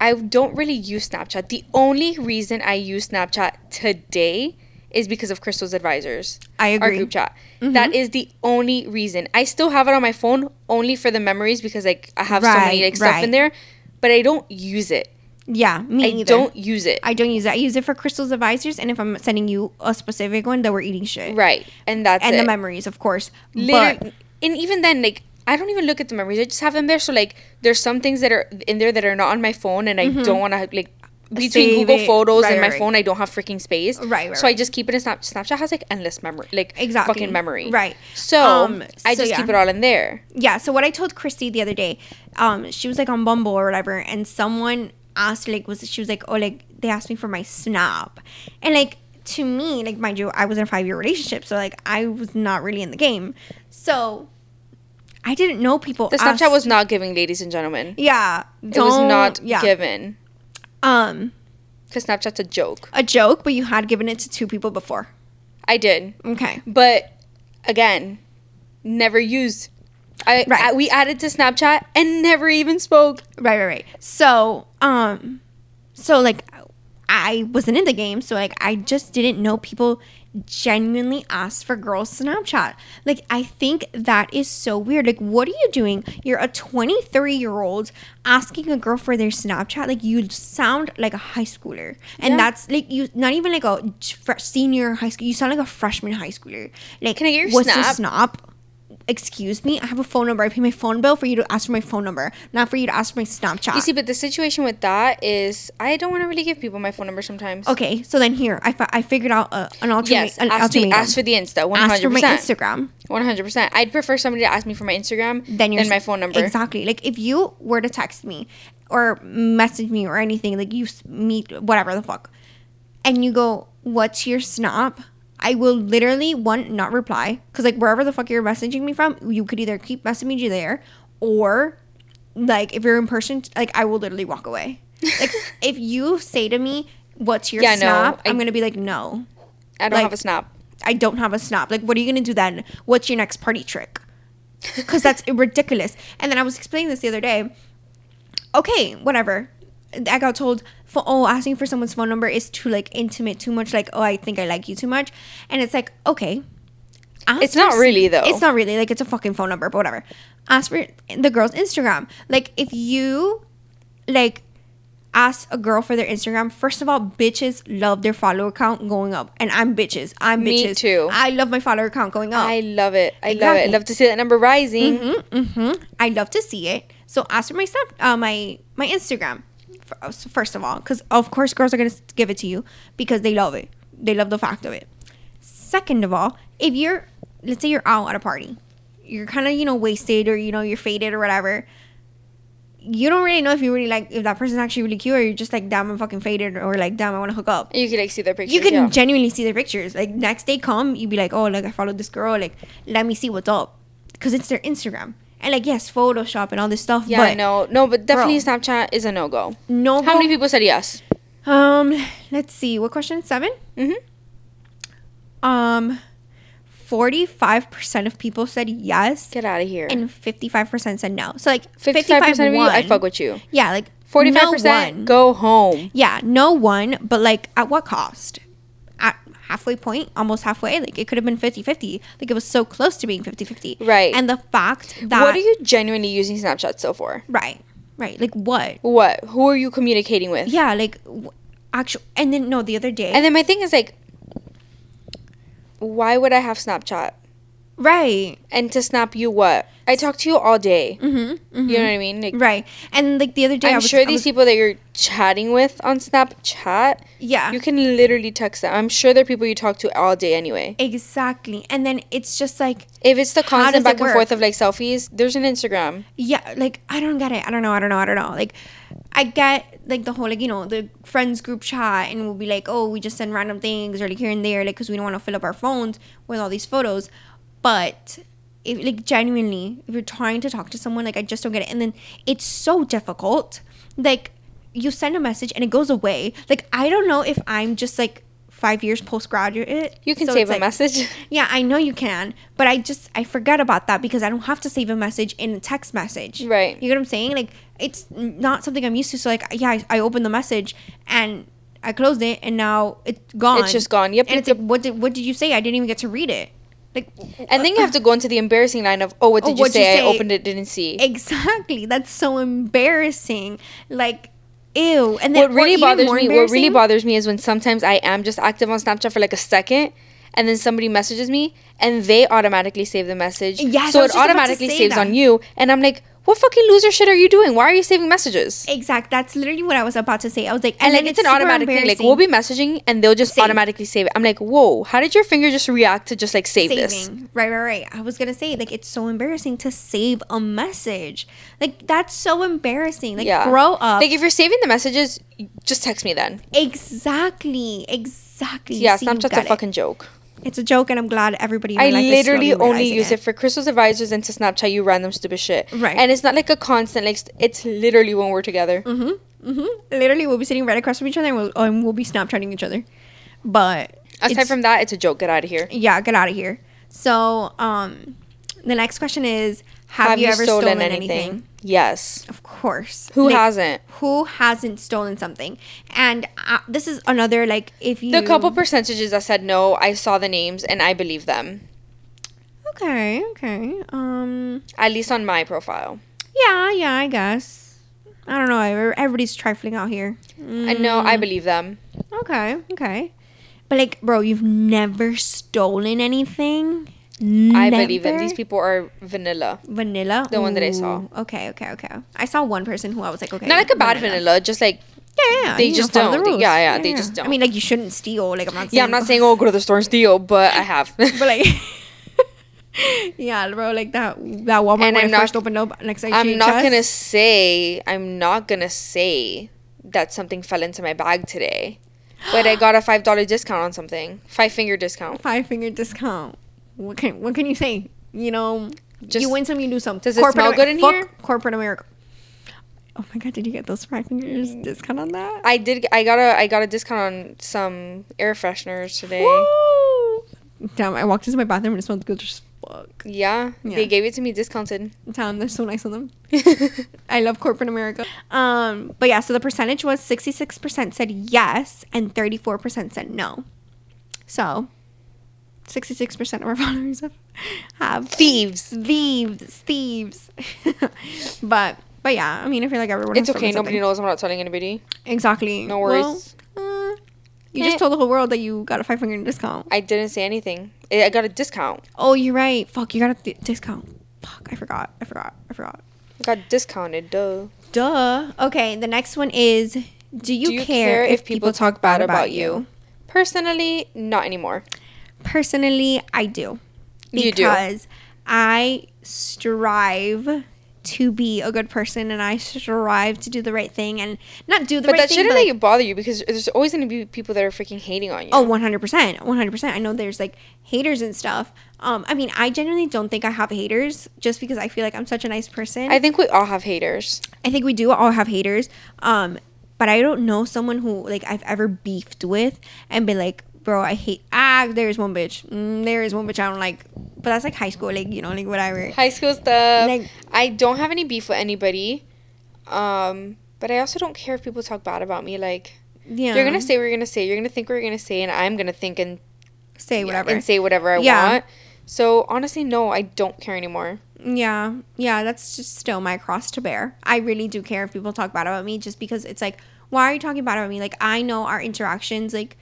B: I don't really use Snapchat. The only reason I use Snapchat today is because of Crystal's advisors.
A: I
B: Our
A: agree. Mm-hmm.
B: group chat. That is the only reason. I still have it on my phone only for the memories because like I have so many
A: Right,
B: like stuff in
A: right.
B: there, but I don't use it.
A: Yeah, me
B: I
A: either.
B: don't use it.
A: I don't use it. I use it for crystals advisors, and if I'm sending you a specific one, that we're eating shit.
B: right. And that's
A: And
B: it.
A: the memories, of course.
B: Liter-
A: but
B: and even then, like I don't even look at the memories. I just have them there. So like, there's some things that are in there that are not on my phone, and I don't want to like
A: Mm-hmm.
B: between
A: Save
B: Google
A: it.
B: Photos
A: Right,
B: and my
A: right, right.
B: phone, I don't have freaking space.
A: Right, right,
B: So I
A: right.
B: just keep it in Snap. Snapchat has like endless memory, like
A: Exactly.
B: fucking memory.
A: Right.
B: So
A: Um,
B: I
A: so
B: just
A: yeah.
B: keep it all in there.
A: yeah, so what I told Christy the other day, um, she was like on Bumble or whatever, and someone asked like was she was like, Oh, like they asked me for my snap. And like to me, like mind you, I was in a five year relationship, so like I was not really in the game. So I didn't know people
B: The
A: asked-
B: Snapchat was not giving, ladies and gentlemen.
A: Yeah.
B: It was
A: Uh, don't-
B: not
A: yeah.
B: given
A: um
B: because Snapchat's a joke.
A: a joke, but you had given it to two people before.
B: I did,
A: Okay.
B: but again, never used. I,
A: Right.
B: I we added to Snapchat and never even spoke.
A: Right, right, right. So, um, so like I wasn't in the game, so like I just didn't know people genuinely asked for girls Snapchat. Like I think that is so weird. Like what are you doing? You're a 23 year old asking a girl for their Snapchat. Like you sound like a high schooler, and
B: Yeah.
A: that's like you not even like a fr- senior high school. You sound like a freshman high schooler. Like
B: Can I get your
A: what's
B: Snap?
A: a snap? Excuse me, I have a phone number. I pay my phone bill for you to ask for my phone number, not for you to ask for my Snapchat.
B: You see, but the situation with that is I don't want to really give people my phone number sometimes.
A: okay, so then here, I fi- I figured out uh, an alternate.
B: Yes,
A: an
B: ask, the,
A: ultimatum.
B: ask for the Insta. One
A: Ask for
B: hundred
A: my
B: percent.
A: Instagram.
B: One hundred percent. I'd prefer somebody to ask me for my Instagram
A: Then
B: than,
A: your
B: my phone number.
A: Exactly. Like if you were to text me or message me or anything, like you s- meet whatever the fuck, and you go, "What's your snap?" I will literally one not reply because like wherever the fuck you're messaging me from, you could either keep messaging me there or like if you're in person, like I will literally walk away. Like if you say to me, "What's your
B: Yeah, no,
A: snap?"
B: I-
A: I'm gonna be like, "No."
B: I don't
A: like-
B: have a snap.
A: I don't have a snap. Like, what are you gonna do then? What's your next party trick? Because that's ridiculous. And then I was explaining this the other day. Okay, whatever. I got told, fo- oh, asking for someone's phone number is too like intimate, too much. Like, oh, I think I like you too much. And it's like, okay. Ask
B: It's not
A: for-
B: really, though.
A: It's not really like it's a fucking phone number, but whatever. Ask for the girl's Instagram. Like, if you like ask a girl for their Instagram. First of all, bitches love their follower count going up, and I'm bitches. I'm
B: Me
A: bitches.
B: too.
A: I love my follower count going up.
B: I
A: I,
B: love it. I love it. I
A: Exactly. Mm-hmm.
B: love to see that number rising.
A: love to see it. So ask for my snap, uh, my my Instagram. f- uh, First of all, because of course girls are gonna s- give it to you because they love it. They love the fact of it. Second of all, if you're let's say you're out at a party, you're kind of you know wasted or you know you're faded or whatever. You don't really know if you really like if that person's actually really cute or you're just like damn I'm fucking faded or like damn I want to hook up.
B: You can like see their pictures.
A: you can
B: yeah.
A: genuinely see their pictures. Like next day come, you'd be like, oh, like I followed this girl. Like let me see what's up, because it's their Instagram. And like yes, Photoshop and all this stuff.
B: yeah,
A: but
B: no, no, but definitely
A: Bro.
B: Snapchat is a no go.
A: no.
B: How many people said yes?
A: people? Um, let's see. What question? Seven.
B: Mhm.
A: Um, forty-five percent of people said yes,
B: Get out of here.
A: and fifty-five percent said no. So like
B: Fifty-five percent of you, I
A: one.
B: fuck with you.
A: Yeah, like
B: Forty-five
A: no
B: percent,
A: one.
B: go home.
A: Yeah, no one, but like at what cost? At halfway point, almost halfway, like it could have been 50 50. Like it was so close to being 50 50.
B: Right.
A: And the fact that.
B: what are you genuinely using Snapchat so for?
A: Right, right. Like what?
B: What? Who are you communicating with?
A: Yeah, like actual. And then, no, the other day.
B: And then my thing is like, why would I have Snapchat?
A: right,
B: And to snap you what? I talk to you all day.
A: mm-hmm,
B: You know what I mean? Like,
A: right. And like the other day,
B: I'm
A: I was.
B: sure
A: I
B: these
A: was-
B: people that you're chatting with on Snapchat,
A: Yeah.
B: you can literally text them. I'm sure they're people you talk to all day anyway.
A: Exactly. And then it's just like,
B: If it's the
A: How
B: constant
A: does it
B: back and
A: work?
B: forth of like selfies, there's an Instagram.
A: yeah, like I don't get it. I don't know. I don't know. I don't know. Like, I get like the whole like you know the friends group chat, and we'll be like, oh, we just send random things or like here and there, like because we don't want to fill up our phones with all these photos. But if like genuinely, if you're trying to talk to someone, like I just don't get it. And then it's so difficult. Like you send a message and it goes away. Like I don't know if I'm just like five years postgraduate.
B: You can
A: So it's
B: save a
A: like-
B: message.
A: Yeah, I know you can, but I just I forget about that because I don't have to save a message in a text message.
B: Right.
A: You get what I'm saying? Like it's not something I'm used to. So like yeah, I, I opened the message and I closed it, and now it's gone.
B: It's just gone. Yep,
A: And
B: yep,
A: it's like what did what did you say? I didn't even get to read it. Like
B: And then you have to go into the embarrassing line of, oh, what
A: Oh,
B: did you,
A: what'd you
B: say?
A: say?
B: I opened it, didn't see.
A: exactly. That's so embarrassing. Like ew. And then
B: what really
A: or even
B: bothers
A: more
B: me, what really
A: embarrassing-
B: bothers me is when sometimes I am just active on Snapchat for like a second, and then somebody messages me, and they automatically save the message.
A: Yes, I
B: So
A: was
B: it
A: just about to
B: automatically
A: say
B: saves
A: that.
B: on you, and I'm like, what fucking loser shit are you doing? Why are you saving messages?
A: Exact. That's literally what I was about to say. I was like,
B: And,
A: then
B: like it's, an
A: super
B: automatic thing. Like oh,
A: embarrassing.
B: we'll be messaging, and they'll just
A: Save.
B: automatically save it. I'm like, whoa, how did your finger just react to just like save this?
A: saving. Right, right, right. I was gonna say like it's so embarrassing to save a message. Like that's so embarrassing. Like grow up.
B: Like if you're saving the messages, just text me then.
A: exactly, exactly.
B: Yeah,
A: See, you
B: Snapchat's
A: got
B: a
A: it.
B: fucking joke.
A: It's a joke, and I'm glad everybody. in my
B: I
A: life is
B: literally
A: slowly
B: only
A: realizing
B: use it. for Crystal's advisors and to Snapchat you random stupid shit.
A: Right.
B: And it's not like a constant. Like st- it's literally when we're together.
A: Mm. Mm-hmm. Literally, we'll be sitting right across from each other, and we'll, oh, and we'll be Snapchatting each other. But
B: Aside
A: it's-
B: from that, it's a joke. Get out of here.
A: yeah, get out of here. So, um, the next question is: Have, you, ever stolen, anything?
B: Yes.
A: Of course.
B: Who
A: Like,
B: hasn't?
A: who hasn't stolen something and uh, this is another like if you
B: The couple percentages that said no, I saw the names and I believe them.
A: okay okay um
B: At least on my profile.
A: yeah yeah i guess i don't know ev- everybody's trifling out here
B: I know
A: Mm.
B: I believe them.
A: okay okay but like bro you've never stolen anything
B: I believe them.
A: Never?
B: These people are vanilla.
A: vanilla
B: The one that I saw.
A: Ooh, okay okay okay i saw one person who i was like okay
B: Not like a bad vanilla, just like
A: yeah, yeah, yeah,
B: They
A: you know,
B: just
A: follow
B: don't. They- yeah, yeah, they just
A: i
B: don't.
A: mean like you shouldn't steal like i'm not saying
B: yeah. I'm not saying oh go to the store and steal, but I have.
A: but like yeah bro like that that walmart
B: And
A: when
B: I'm
A: it
B: not-
A: first opened up next to
B: I'm not
A: HHS.
B: gonna say I'm not gonna say that something fell into my bag today. But I got a five dollar discount on something. Five finger discount.
A: five finger discount what can what can you say you know
B: Just-
A: you win some you do some
B: Does it smell good in
A: fuck
B: here?
A: corporate america oh my god did you get those five fingers discount on that
B: I did I got a I got a discount on some air fresheners today.
A: Woo! damn i walked into my bathroom and it smelled good as fuck
B: Yeah,
A: Yeah.
B: They gave it to me discounted.
A: damn they're so nice on them I love corporate America. Um, but yeah, so the percentage was 66% said yes and 34% said no. So 66% of our followers have, have
B: Thieves.
A: thieves, thieves. but but yeah, I mean, I feel like everyone.
B: It's
A: has stolen
B: okay, nobody
A: something.
B: knows I'm not telling anybody.
A: Exactly.
B: No
A: Well,
B: worries.
A: uh, you just
B: Eh.
A: told the whole world that you got a five finger discount.
B: I didn't say anything. I I got a discount.
A: Oh, you're right. Fuck, you got a th- discount. Fuck, I forgot. I forgot. I forgot.
B: I got discounted, duh.
A: Duh. Okay, the next one is Do you, care, if people, talk bad about, you?
B: Personally, not anymore.
A: Personally, I do.
B: You do.
A: Because I strive to be a good person and I strive to do the right thing and not do the
B: But
A: right
B: that
A: thing.
B: shouldn't
A: but, like,
B: like, bother you because there's always gonna be people that are freaking hating on you.
A: Oh, 100%. 100%. I know there's like haters and stuff. Um, I mean, I genuinely don't think I have haters just because I feel like I'm such a nice person.
B: I think we all have haters.
A: I think we do all have haters. Um, but I don't know someone who like I've ever beefed with and been like, bro, I hate. Ah, there's one bitch. Mm, there is one bitch I don't like. But that's like high school, like you know, like whatever.
B: High school stuff.
A: Like-
B: I don't have any beef with anybody. Um, but I also don't care if people talk bad about me. Like
A: Yeah,
B: you're gonna say what you're gonna say. You're gonna think what you're gonna say, and I'm gonna think and
A: say whatever.
B: and say whatever I
A: Yeah.
B: want. So honestly, no, I don't care anymore.
A: yeah, yeah. That's just still my cross to bear. I really do care if people talk bad about me, just because it's like, why are you talking bad about me? Like I know our interactions, like.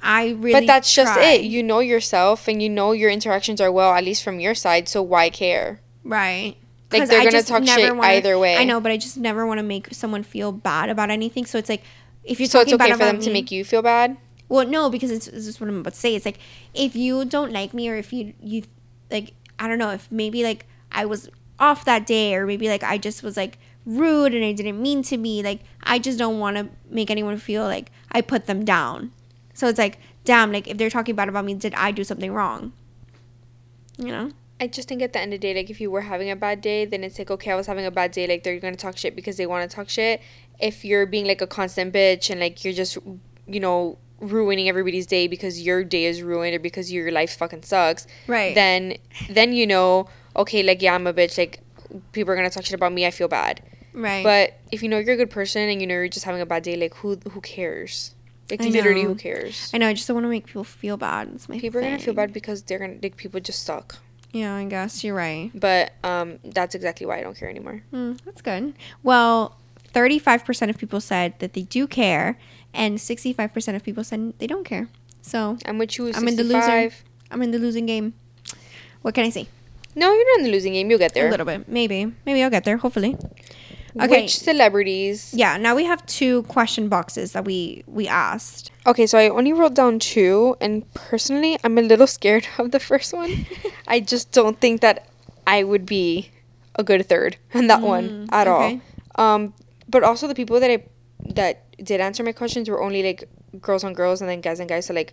A: I really
B: but that's just
A: try.
B: it. You know yourself, and you know your interactions are well, at least from your side. So why care?
A: Right.
B: Like,
A: 'Cause
B: they're
A: I
B: gonna
A: just
B: talk
A: never
B: shit either way.
A: I know, but I just never want to make someone feel bad about anything. So it's like if you're
B: So it's
A: talking
B: okay
A: bad
B: for
A: about
B: them
A: me,
B: to make you feel bad.
A: well, no, because it's this is what I'm about to say. It's like if you don't like me, or if you you like, I don't know, if maybe like I was off that day, or maybe like I just was like rude and I didn't mean to be. Like I just don't want to make anyone feel like I put them down. So it's like, damn, like if they're talking bad about me, did I do something wrong? You know.
B: I just think at the end of the day, like if you were having a bad day, then it's like okay, I was having a bad day. Like they're gonna talk shit because they want to talk shit. If you're being like a constant bitch and like you're just, you know, ruining everybody's day because your day is ruined or because your life fucking sucks,
A: Right.
B: Then then you know, okay, like yeah, I'm a bitch. Like people are gonna talk shit about me. I feel bad.
A: Right.
B: But if you know you're a good person and you know you're just having a bad day, like who who cares? Like
A: I
B: literally,
A: know.
B: who cares?
A: I know. I just don't want to make people feel bad. It's my
B: People are gonna feel
A: thing.
B: bad because they're gonna like people just suck.
A: Yeah, I guess you're right.
B: But um, that's exactly why I don't care anymore.
A: Mm, that's good. Well, 35% of people said that they do care, and 65% of people said they don't care. So
B: I'm with you.
A: I'm in the loser.
B: 65.
A: I'm in the losing game. What can I say?
B: No, you're not in the losing game. You'll get
A: A
B: there.
A: little bit, maybe. Maybe I'll get there. Hopefully. Okay.
B: Which celebrities?
A: Yeah. Now we have two question boxes that we we asked.
B: Okay, so I only wrote down two, and personally, I'm a little scared of the first one. I just don't think that I would be a good third on that one at
A: Mm, okay.
B: all. Um, but also the people that I that did answer my questions were only like girls on girls and then guys on guys. So like,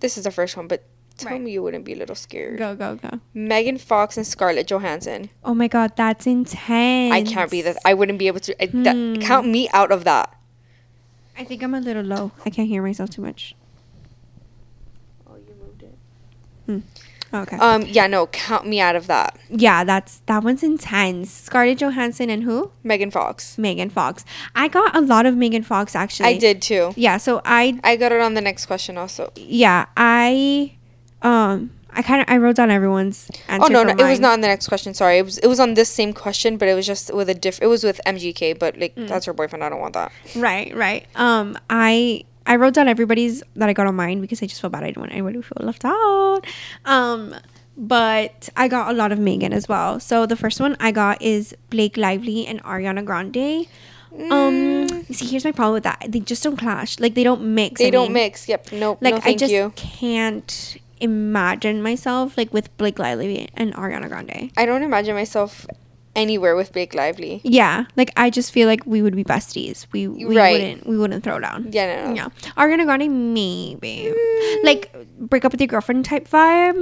B: this is the first one, but tell
A: Right.
B: me you wouldn't be a little scared.
A: Go go go.
B: Megan Fox and Scarlett Johansson.
A: Oh my God, that's intense.
B: I can't be that. I wouldn't be able to. I, that,
A: Hmm.
B: Count me out of that.
A: I think I'm a little low. I can't hear myself too much.
B: Oh, you moved it.
A: Okay.
B: Um, yeah, no, count me out of that.
A: yeah, that's that one's intense. Scarlett Johansson and who?
B: Megan Fox.
A: Megan Fox. I got a lot of Megan Fox actually.
B: I did too.
A: Yeah, so I
B: I got it on the next question also.
A: yeah, I um I kind of I wrote down everyone's answer.
B: oh no,
A: for
B: no, it was
A: mine.
B: not on the next question. Sorry, it was it was on this same question, but it was just with a diff. It was with MGK, but like that's her boyfriend. I don't want that.
A: Right, right. Um, I I wrote down everybody's that I got on mine because I just felt bad. I didn't want anybody to feel left out. Um, but I got a lot of Megan as well. So the first one I got is Blake Lively and Ariana Grande. Um, see, here's my problem with that. They just don't clash. Like they don't mix.
B: Mm. They
A: I
B: don't
A: mean.
B: mix. Yep. Nope.
A: Like
B: no,
A: I
B: thank
A: just
B: you.
A: can't imagine myself like with Blake Lively and Ariana Grande.
B: I don't imagine myself anywhere with Blake Lively.
A: Yeah, like I just feel like we would be besties. We we
B: Right.
A: wouldn't we wouldn't throw down.
B: Yeah, no, no.
A: Yeah. Ariana Grande, maybe. Like, break up with your girlfriend type vibe.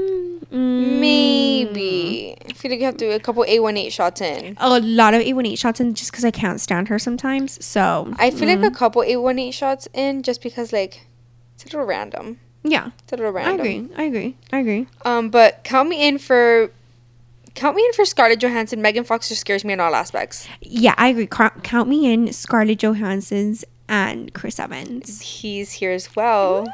A: Mm.
B: Maybe. I feel like you have to do a couple A one eight shots in.
A: A lot of 818 shots in just because I can't stand her sometimes. So,
B: I feel
A: Mm-hmm.
B: like a couple A one eight shots in just because like it's a little random.
A: yeah.
B: It's a little
A: I
B: random.
A: agree. I agree. I agree.
B: Um, but count me in for count me in for Scarlett Johansson. Megan Fox just scares me in all aspects.
A: Yeah, I agree. Ca- count me in Scarlett Johansson's and Chris Evans.
B: He's here as well.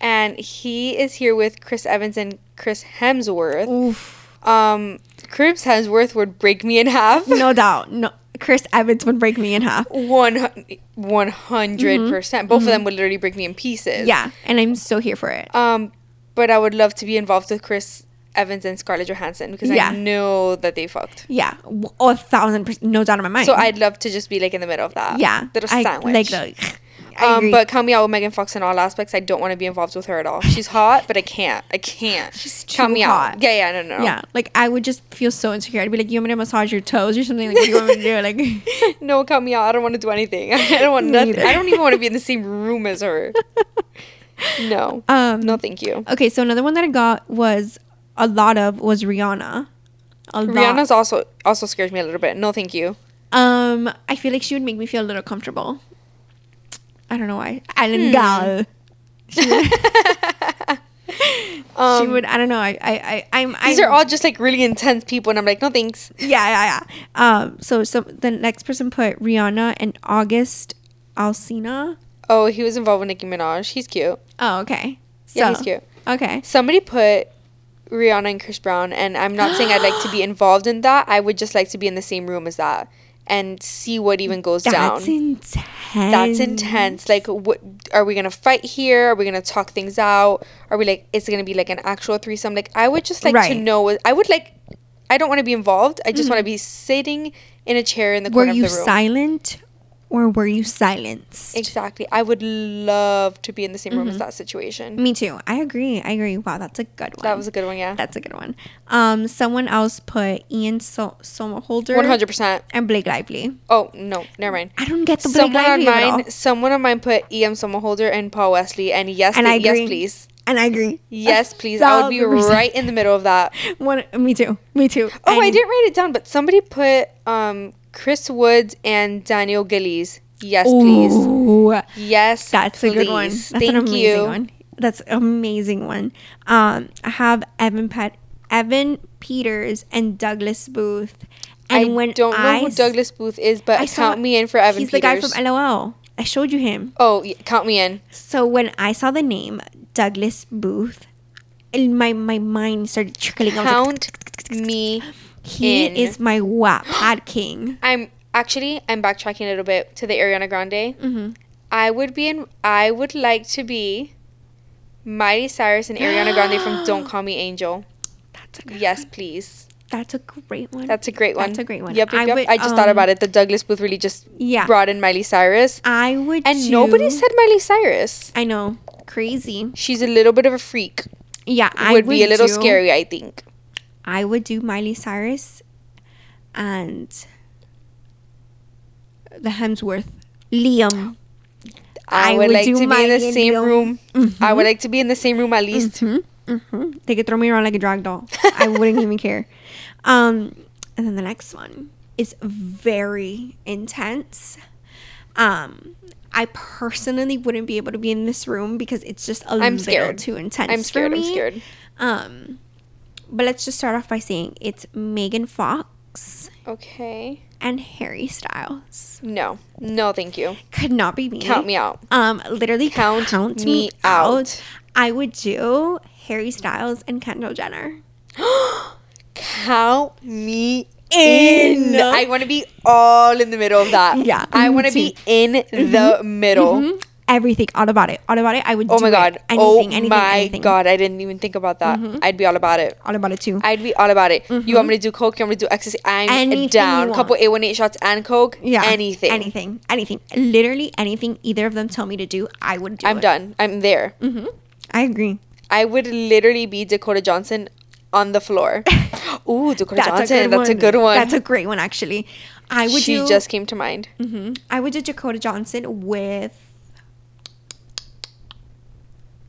B: And he is here with Chris Evans and Chris Hemsworth.
A: Oof.
B: Um, Chris Hemsworth would break me in half.
A: No doubt. No. Chris Evans would break me in half.
B: One one hundred percent. Both of them would literally break me in pieces.
A: Mm-hmm. Yeah, and I'm so here for it.
B: Um, but I would love to be involved with Chris Evans and Scarlett Johansson because
A: Yeah.
B: I know that they fucked.
A: Yeah, w- a thousand percent, no doubt in my mind.
B: So I'd love to just be like in the middle of that.
A: Mm-hmm. yeah,
B: Little
A: I- Like,
B: sandwich.
A: the, I
B: Um,
A: agree.
B: but count me out with Megan Fox in all aspects. I don't want to be involved with her at all. She's hot, but I can't. I can't.
A: She's
B: count
A: too
B: me
A: hot.
B: out. Yeah, yeah, no, no, no.
A: Yeah, like I would just feel so insecure. I'd be like, "You want me to massage your toes or something? Like, what do you want me to do?" Like,
B: No, count me out. I don't want to do anything. I don't want
A: Me
B: nothing.
A: neither.
B: I don't even want to be in the same room as her. No.
A: Um,
B: no, thank you.
A: okay. So another one that I got was a lot of was Rihanna. A lot.
B: Rihanna's also also scares me a little bit. No, thank you.
A: Um, I feel like she would make me feel a little comfortable. I don't know why.
B: Hmm.
A: Ellen Gal.
B: Um,
A: she would. I don't know. I. I. I I'm.
B: These
A: I'm,
B: are all just like really intense people, and I'm like, no, thanks.
A: Yeah. Yeah. Yeah. Um. So. So the next person put Rihanna and August Alsina.
B: Oh, he was involved with Nicki Minaj. He's cute.
A: Oh. Okay. So,
B: Yeah, he's cute.
A: Okay.
B: Somebody put Rihanna and Chris Brown, and I'm not saying I'd like to be involved in that. I would just like to be in the same room as that and see what even goes down.
A: That's intense.
B: That's intense. Like, what are we gonna fight here? Are we gonna talk things out? Are we like, it's gonna be like an actual threesome? Like, I would just like to
A: Right. Mm.
B: know. what- I would like. I don't want to be involved. I just want to be sitting in a chair in the
A: Were
B: corner
A: you
B: of the room.
A: silent or were you silenced?
B: exactly. I would love to be in the same
A: Mm-hmm.
B: room as that situation.
A: Me too. I agree. I agree. Wow, that's a good one.
B: That was a good one. Yeah,
A: that's a good one. Um, someone else put Ian so- Somerhalder
B: one hundred percent.
A: and Blake Lively.
B: Oh no, never mind.
A: I don't get the Blake
B: Someone on
A: Lively at all.
B: mine, someone on mine put E.M. Somerhalder and Paul Wesley, and yes,
A: And
B: th-
A: I agree.
B: yes, please,
A: And I agree.
B: yes, please. I would be
A: 1000%.
B: right in the middle of that.
A: One, me too. Me too.
B: Oh, I
A: And-
B: didn't write it down, but somebody put um Chris Woods and Daniel Gillies. Yes, please.
A: Ooh,
B: Yes,
A: that's a good one.
B: please.
A: That's an amazing one. That's an amazing one. Um, I have Evan Pet, Evan Peters, and Douglas Booth. And
B: I
A: when
B: don't know
A: I
B: who
A: s-
B: Douglas Booth is, but
A: I saw-
B: count me in for Evan
A: he's the
B: Peters.
A: guy from LOL. I showed you him.
B: oh, y- count me in.
A: So when I saw the name Douglas Booth, and my my mind started trickling. I was like,
B: Count me.
A: he
B: in.
A: is my Wattpad king.
B: I'm actually I'm backtracking a little bit to the Ariana Grande.
A: Mm-hmm.
B: I would be in. I would like to be Miley Cyrus and Ariana Grande from Don't Call Me Angel.
A: That's a good,
B: Yes, please.
A: that's a great one.
B: That's a great one.
A: That's a great one.
B: Yep, yep,
A: I
B: yep.
A: would,
B: I just thought
A: um,
B: about it. The Douglas Booth really just
A: yeah.
B: brought in Miley Cyrus,
A: I would.
B: and
A: do-
B: nobody said Miley Cyrus.
A: I know. Crazy.
B: She's a little bit of a freak.
A: Yeah, I
B: would be a little
A: do-
B: scary, I think.
A: I would do Miley Cyrus and the Hemsworth, Liam. I
B: I, would
A: would
B: like
A: do
B: to be in
A: Miley
B: the
A: and
B: same
A: Lil-
B: room. I would like to be in the same room at least.
A: Mm-hmm. They could throw me around like a drag doll. I wouldn't even care. Um, and then the next one is very intense. Um, I personally wouldn't be able to be in this room because it's just a little
B: scared.
A: too intense
B: I'm scared.
A: for
B: I'm
A: me.
B: scared.
A: Um, but let's just start off by saying it's Megan Fox
B: Okay.
A: and Harry Styles.
B: No. No, thank you.
A: Could not be me.
B: Count me out.
A: Um, literally
B: Count
A: count,
B: me
A: me
B: out.
A: out. I would do Harry Styles and Kendall Jenner.
B: Count me in.
A: In.
B: I want to be all in the middle of that.
A: Yeah,
B: I
A: me
B: want to be in the middle.
A: Mhm. Everything, all about it, all about it. I would.
B: Oh
A: do
B: my
A: it.
B: god.
A: Anything,
B: oh
A: anything,
B: my
A: anything. Mm-hmm.
B: god. I didn't even think about that. I'd be all about it.
A: all about it too.
B: I'd be all about it. You want me to do coke? You want me to do ecstasy? I'm
A: Mm-hmm. Anything you
B: down. couple
A: want.
B: A one eight shots and coke.
A: yeah,
B: Anything.
A: anything, anything. Literally anything. Either of them tell me to do, I would do.
B: I'm
A: it. Mm-hmm.
B: done. I'm there.
A: I agree.
B: I would literally be Dakota Johnson on the floor. Ooh, Dakota
A: That's a good
B: Johnson. That's
A: one.
B: a good one.
A: That's a great one, actually. I would
B: she
A: do.
B: just came to mind.
A: Mhm. I would do Dakota Johnson with.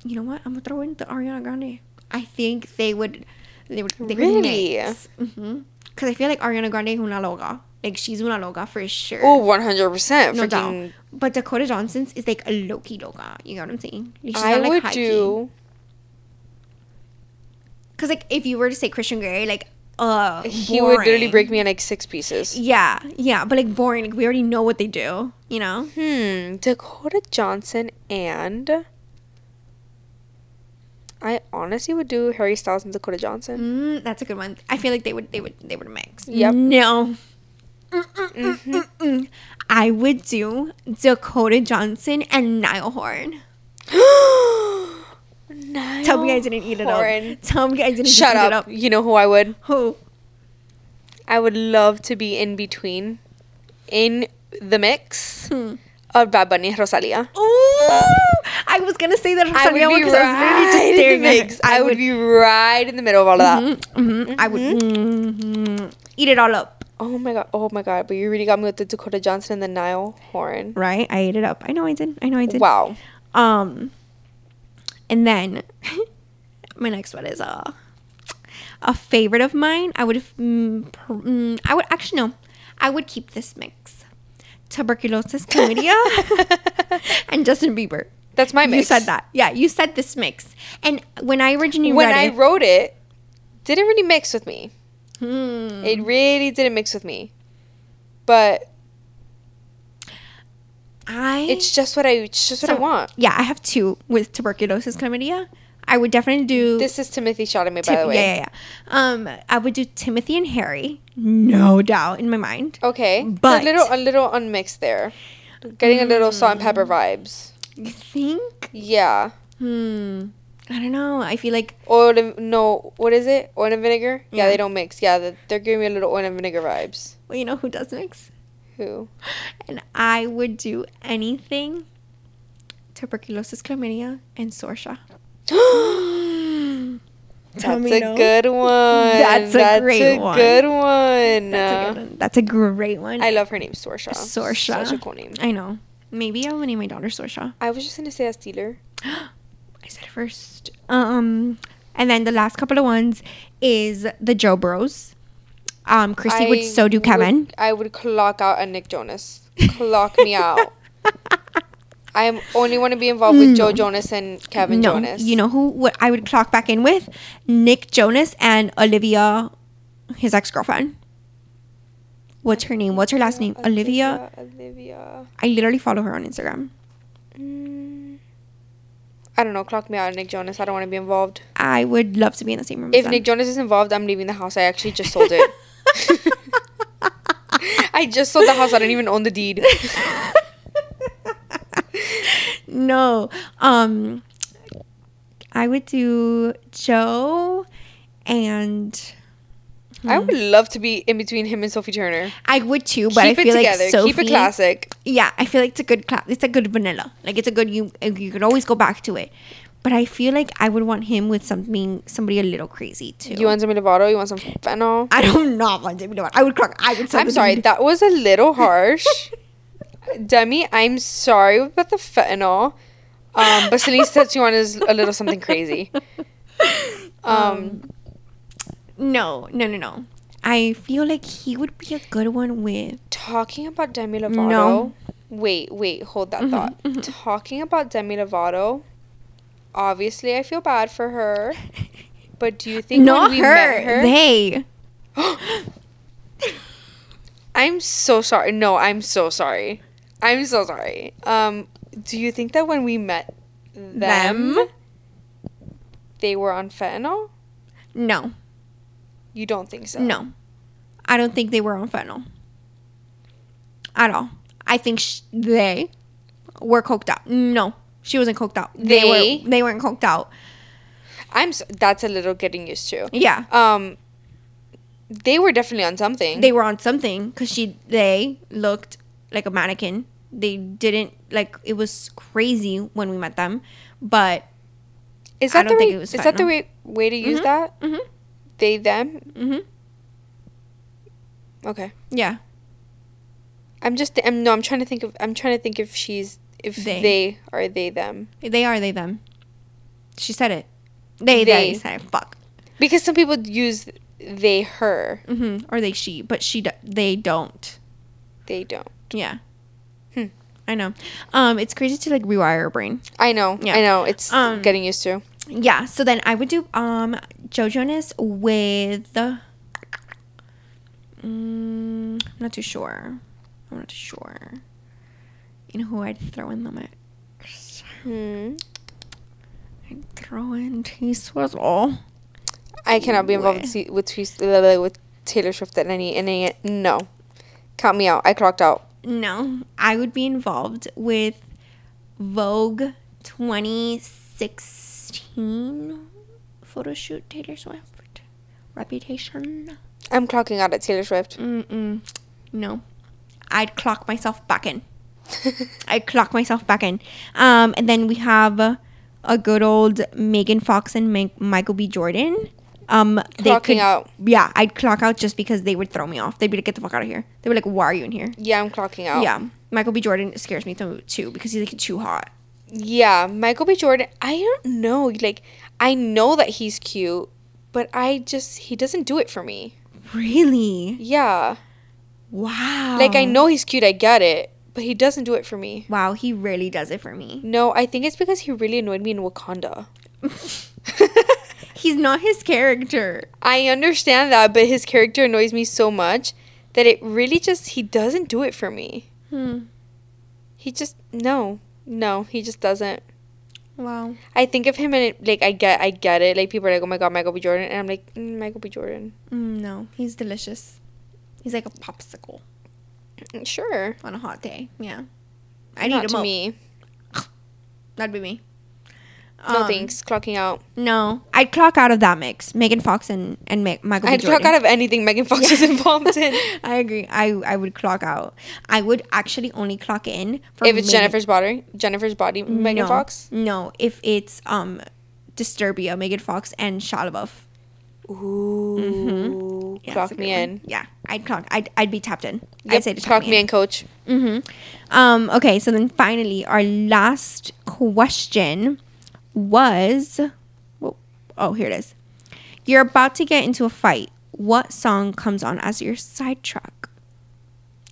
A: You know what? I'm gonna throw in the Ariana Grande. I think they would. They would. They
B: Really?
A: hmm Because I feel like Ariana Grande es una loca. Like she's una loca for sure.
B: Oh, 100%.
A: no
B: freaking,
A: doubt. But Dakota Johnson's is like a Loki loca. You know what I'm saying? Like, she's
B: I
A: not, like,
B: would
A: high-key.
B: do.
A: Cause like if you were to say Christian Grey, like uh,
B: He would literally
A: boring.
B: break me in like six pieces.
A: Yeah, yeah, but like boring. Like we already know what they do. You know?
B: Hmm. Dakota Johnson and. I honestly would do Harry Styles and Dakota Johnson.
A: Mm, that's a good one. I feel like they would, they would, they would mix.
B: Yep.
A: No. Mm, mm, mm, mm, mm. I would do Dakota Johnson and Niall Horn.
B: Niall
A: Tell me I didn't eat it
B: Horan.
A: up. Tell me I didn't
B: Shut
A: just eat
B: up.
A: it up.
B: You know who I would?
A: Who?
B: I would love to be in between, in the mix of Bad Bunny and Rosalia.
A: Ooh! I was gonna say that
B: I would
A: Rosalia
B: be
A: because I was literally just
B: right in
A: staring
B: the
A: at her.
B: mix. I would Mm-hmm. be right in the middle of all of that.
A: mhm, I would
B: Mm-hmm.
A: mhm. eat it all up.
B: Oh my god! Oh my god! But you really got me with the Dakota Johnson and the Nile Horan.
A: Right? I ate it up. I know I did. I know I did.
B: Wow.
A: Um, and then my next one is a a favorite of mine. I would mm, pr- mm, I would actually no, I would keep this mix: tuberculosis chlamydia and Justin Bieber.
B: That's my mix.
A: You said that, yeah. You said this mix, and when I originally
B: when
A: read
B: I
A: it,
B: wrote it. Didn't really mix with me.
A: hmm,
B: It really didn't mix with me. But
A: Eh. I
B: it's just what I. It's just what I
A: so-
B: want.
A: Yeah, I have two with tuberculosis chlamydia. I would definitely do
B: This is Timothy Chalamet, by
A: Tim-
B: the way.
A: yeah, yeah, yeah. Um, I would do Timothy and Harry, no doubt in my mind.
B: Okay, but
A: But-
B: a little, a little unmixed there. Getting a little salt and
A: Mm.
B: pepper vibes.
A: You think?
B: Yeah.
A: Hmm. I don't know. I feel like
B: Oil and no, what is it? Oil and vinegar? Yeah,
A: Yeah.
B: they don't mix. Yeah, the- they're giving me a little oil and vinegar vibes.
A: well, you know who does mix,
B: Who?
A: and I would do anything. Tuberculosis, chlamydia, and Sorsha. Tell
B: That's
A: me
B: a
A: no.
B: good one.
A: That's a great one.
B: good one.
A: That's a good one. That's a great one.
B: I love her name, Sorsha.
A: Sorsha.
B: Such a cool name.
A: I know. Maybe I will name my daughter Sorsha.
B: I was just gonna say a Steeler.
A: I said it first. Um, and then the last couple of ones is the Joe Bros. Um, Chrissy would so do Kevin.
B: I would clock out a Nick Jonas. Clock me out. I only want to be involved with Joe Jonas and Kevin
A: Mm. no,
B: Jonas.
A: you know who would I would clock back in with? Nick Jonas and Olivia, his ex girlfriend. What's her name? What's her last name? Olivia.
B: Olivia.
A: I literally follow her on Instagram.
B: Mm. I don't know. Clock me out, Nick Jonas. I don't want to be involved.
A: I would love to be in the same room.
B: If Nick Jonas is involved, I'm leaving the house. I actually just sold it. I just sold the house. I don't even own the deed.
A: no. Um I would do Joe and
B: I would love to be in between him and Sophie Turner.
A: I would too, but
B: Keep
A: I
B: it
A: feel
B: together.
A: like Sophie,
B: Keep it classic.
A: Yeah, I feel like it's a good class. It's a good vanilla. Like it's a good you you can always go back to it. But I feel like I would want him with something somebody a little crazy too.
B: You want Demi Lovato? You want some fennel?
A: I do not want Demi Lovato. I would clock. I would.
B: I'm sorry, that was a little harsh. Demi, I'm sorry about the fentanyl. Um, but Celine Tetsuan is a little something crazy. Um,
A: No, no, no, no. I feel like he would be a good one with.
B: talking about Demi Lovato.
A: No. Mm-hmm,
B: Wait, wait, hold that thought. Talking about Demi Lovato, obviously I feel bad for her. But do you think
A: Not
B: when we met
A: her. They.
B: I'm so sorry. No, I'm so sorry. I'm so sorry. Um, do you think that when we met them,
A: Them?
B: they were on fentanyl?
A: No,
B: You don't think so?
A: no. I don't think they were on fentanyl. At all. I think sh- they were coked out. No, she wasn't coked out. They,
B: They?
A: were. They weren't coked out.
B: I'm. So, that's a little getting used to.
A: Yeah,
B: Um, they were definitely on something.
A: they were on something because she. They looked like a mannequin. They didn't like. It was crazy when we met them, but
B: is
A: I
B: that
A: don't
B: the way?
A: think it was
B: is that the
A: fentanyl.
B: way way to use
A: Mhm,
B: that?
A: mhm.
B: They them.
A: mhm.
B: Okay.
A: Yeah.
B: I'm just. I'm no. I'm trying to think of. I'm trying to think if she's. If
A: They.
B: they, are they them.
A: They are they them. She said it. They they,
B: They.
A: said it. Fuck.
B: Because some people use they her.
A: Mm-hmm. Or they she, but she do- they don't.
B: They don't.
A: Yeah.
B: Hmm.
A: I know. Um, it's crazy to like rewire your brain.
B: I know.
A: Yeah.
B: I know. It's
A: Um,
B: getting used to.
A: Yeah. So then I would do um Joe Jonas with. Mm, I'm not too sure. I'm not too sure. You know who I'd throw in the mix?
B: Hmm.
A: I'd throw in T Swizzle.
B: I cannot be involved
A: Wait.
B: with with, with, with Taylor Swift at any in any no. Count me out. I clocked out.
A: No, I would be involved with Vogue 2016 photo shoot Taylor Swift reputation.
B: I'm clocking out at Taylor Swift.
A: Mm-mm. No, I'd clock myself back in. I'd clock myself back in. Um, and then we have uh, a good old Megan Fox and Ma- Michael B. Jordan. Um, they
B: Clocking
A: could-
B: out.
A: Yeah, I'd clock out just because they would throw me off. They'd be like, "Get the fuck out of here." They were like, "Why are you in here?"
B: Yeah, I'm clocking out.
A: Yeah, Michael B. Jordan scares me too, too because he's like too hot.
B: Yeah, Michael B. Jordan. I don't know. Like I know that he's cute, but I just he doesn't do it for me.
A: Really?
B: Yeah.
A: Wow.
B: Like I know he's cute. I get it, but he doesn't do it for me.
A: Wow, he really does it for me.
B: No, I think it's because he really annoyed me in Wakanda.
A: He's not his character.
B: I understand that, but his character annoys me so much that it really just he doesn't do it for me.
A: Hmm.
B: He just no. No, he just doesn't.
A: Wow.
B: I think of him and it, like I get I get it. Like people are like, "Oh my god, Michael B. Jordan." And I'm like, mm, "Michael B. Jordan."
A: Mm, no, he's delicious. He's like a popsicle
B: Mm, Sure.
A: on a hot day. Yeah. I need
B: Not
A: a
B: to
A: mo-
B: me.
A: That'd be me.
B: No
A: Um,
B: thanks. Clocking out.
A: No, I'd clock out of that mix. Megan Fox and and Ma- Michael. B.
B: I'd
A: Jordan.
B: clock out of anything Megan Fox is involved in.
A: I agree. I I would clock out. I would actually only clock in for
B: If it's
A: Megan-
B: Jennifer's body, Jennifer's body, Megan
A: no,
B: Fox.
A: No, if it's um Disturbia, Megan Fox, and Shia LaBeouf.
B: Ooh.
A: Yeah,
B: clock
A: that's a
B: me
A: good one.
B: in.
A: Yeah, I'd clock. I'd, I'd be tapped in.
B: Yep,
A: I'd say to
B: clock me in, coach.
A: Mm-hmm. Um, okay, so then finally, our last question was, whoa, oh, here it is. You're about to get into a fight. What song comes on as your side track?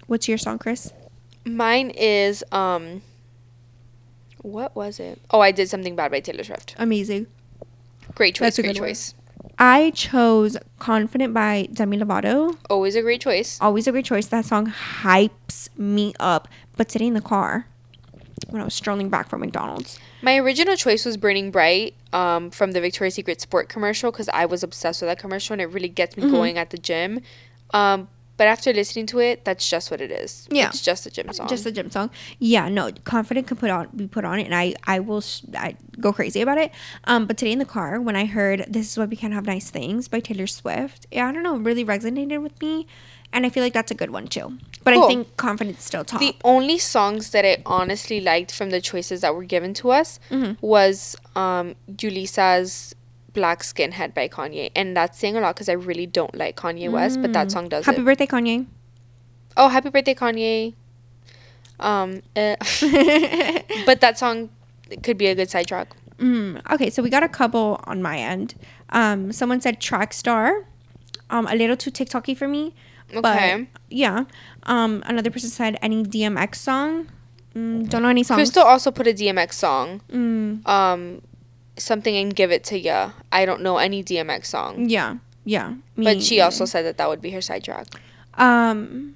A: What's your song, Chris?
B: Mine is um What was it? Oh, I did something bad by Taylor Swift.
A: Amazing.
B: Great choice.
A: That's a
B: great
A: good one.
B: choice.
A: I chose Confident by Demi Lovato.
B: Always a great choice.
A: Always a great choice. That song hypes me up. But sitting in the car when I was strolling back from McDonald's.
B: My original choice was Burning Bright um, from the Victoria's Secret Sport commercial because I was obsessed with that commercial and it really gets me
A: Mm-hmm.
B: going at the gym. Um, but after listening to it, that's just what it is.
A: Yeah.
B: It's just a gym song.
A: Just a gym song. Yeah, no, Confident can put on be put on it and I I will s I go crazy about it. Um but today in the car when I heard This is why we can't have nice things by Taylor Swift. Yeah, I don't know, it really resonated with me and I feel like that's a good one too. But I
B: Cool.
A: think Confident's still top.
B: the only songs that I honestly liked from the choices that were given to us
A: Mm-hmm.
B: was um, Julisa's Black Skinhead by Kanye. And that's saying a lot because I really don't like Kanye West, but that song does
A: Mm. Happy
B: it.
A: birthday Kanye.
B: Oh, happy birthday, Kanye. Um, uh, but that song could be a good side track.
A: Mm, okay, so we got a couple on my end. Um, someone said track star, um, a little too TikToky for me. But
B: Okay.
A: yeah. Um, another person said any DMX song. Mm, don't know any songs.
B: Crystal also put a DMX song,
A: Mm,
B: um, something and give it to ya. I don't know any DMX song,
A: yeah, yeah. me
B: but she
A: neither.
B: also said that that would be her side track.
A: Um,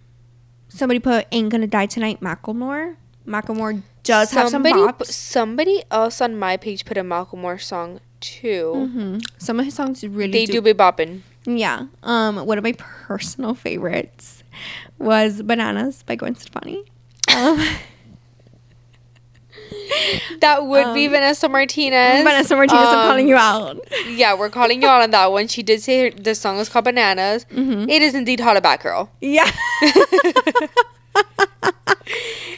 A: somebody put "Ain't Gonna Die Tonight" Macklemore. Macklemore does
B: somebody,
A: have
B: p-
A: some bops.
B: somebody else on my page put a Malcolm Moore song too.
A: Mhm. Some of his songs really
B: They
A: do
B: do be bopping.
A: Yeah. Um, one of my personal favorites was Bananas by Gwen Stefani. Um,
B: That would be Vanessa Um, Martinez.
A: Vanessa Martinez, I'm calling
B: Um,
A: you out.
B: Yeah, we're calling you out on that one. She did say her, the song is called Bananas. It is indeed Holla Back Girl.
A: Yeah.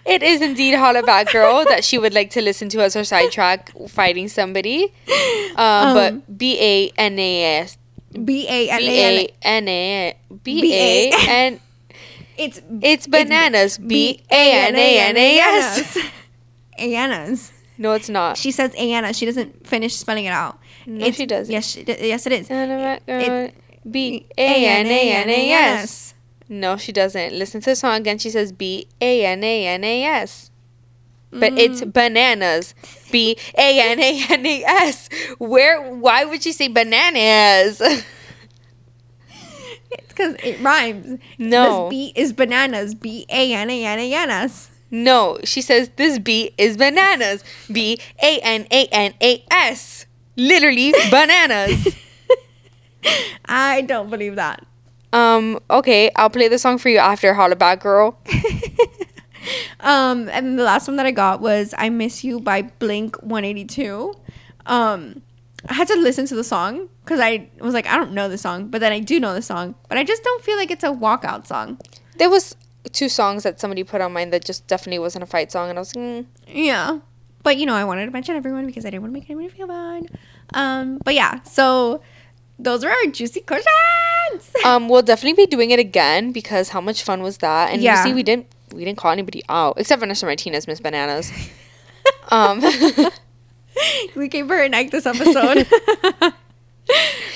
B: It is indeed Holla Back Girl that she would like to listen to as her sidetrack fighting somebody. Um, but B A N A S
A: B A L
B: B
A: A L.
B: A N A B A N
A: It's
B: it's bananas B A N A N A S.
A: Anna's.
B: No, it's not.
A: She says Anna. She doesn't finish spelling it out. No,
B: she doesn't.
A: Yes, she, yes, it is. it-
B: B A N A N Mm, A S. No, she doesn't. Listen to the song again. She says B A N A N A S. But it's bananas. B A N A N A S. Where why would she say bananas?
A: It's because it rhymes.
B: No.
A: This B is bananas. B A N A N A S.
B: no, she says this B is bananas. B A N A N A S. Literally bananas.
A: I don't believe that.
B: um, okay, I'll play the song for you after Holla Back Girl.
A: um, and the last one that I got was "I Miss You" by Blink One Eighty Two. Um, I had to listen to the song because I was like, I don't know the song, but then I do know the song, but I just don't feel like it's a walkout song.
B: There was two songs that somebody put on mine that just definitely wasn't a fight song and I was like, mm,
A: Yeah, but you know, I wanted to mention everyone because I didn't want to make anybody feel bad. Um, but yeah, so those were our juicy questions.
B: um we'll definitely be doing it again because how much fun was that and
A: Yeah.
B: you see we didn't we didn't call anybody out except vanessa martinez miss bananas um
A: we gave her an egg this episode.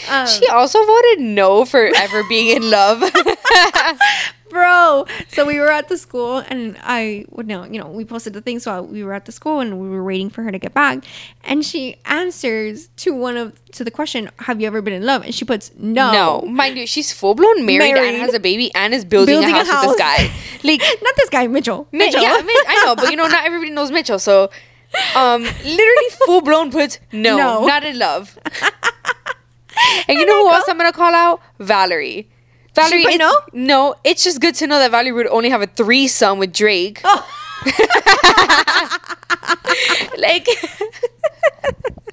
A: um,
B: she also voted no for ever being in love
A: bro so we were at the school and i would know you know we posted the thing so we were at the school and we were waiting for her to get back and she answers to one of to the question have you ever been in love and she puts no
B: no mind you she's full-blown married,
A: Married.
B: and has a baby and is building,
A: Building a
B: a, house with this
A: house.
B: guy like
A: not this guy mitchell
B: Mi-
A: mitchell
B: yeah Mi- i know but you know not everybody knows mitchell so um literally full-blown puts no,
A: No.
B: not in love And you know who else I'm gonna call out? Valerie. Valerie,
A: put
B: it's,
A: no?
B: no, it's just good to know that Valerie would only have a threesome with Drake.
A: Oh.
B: like,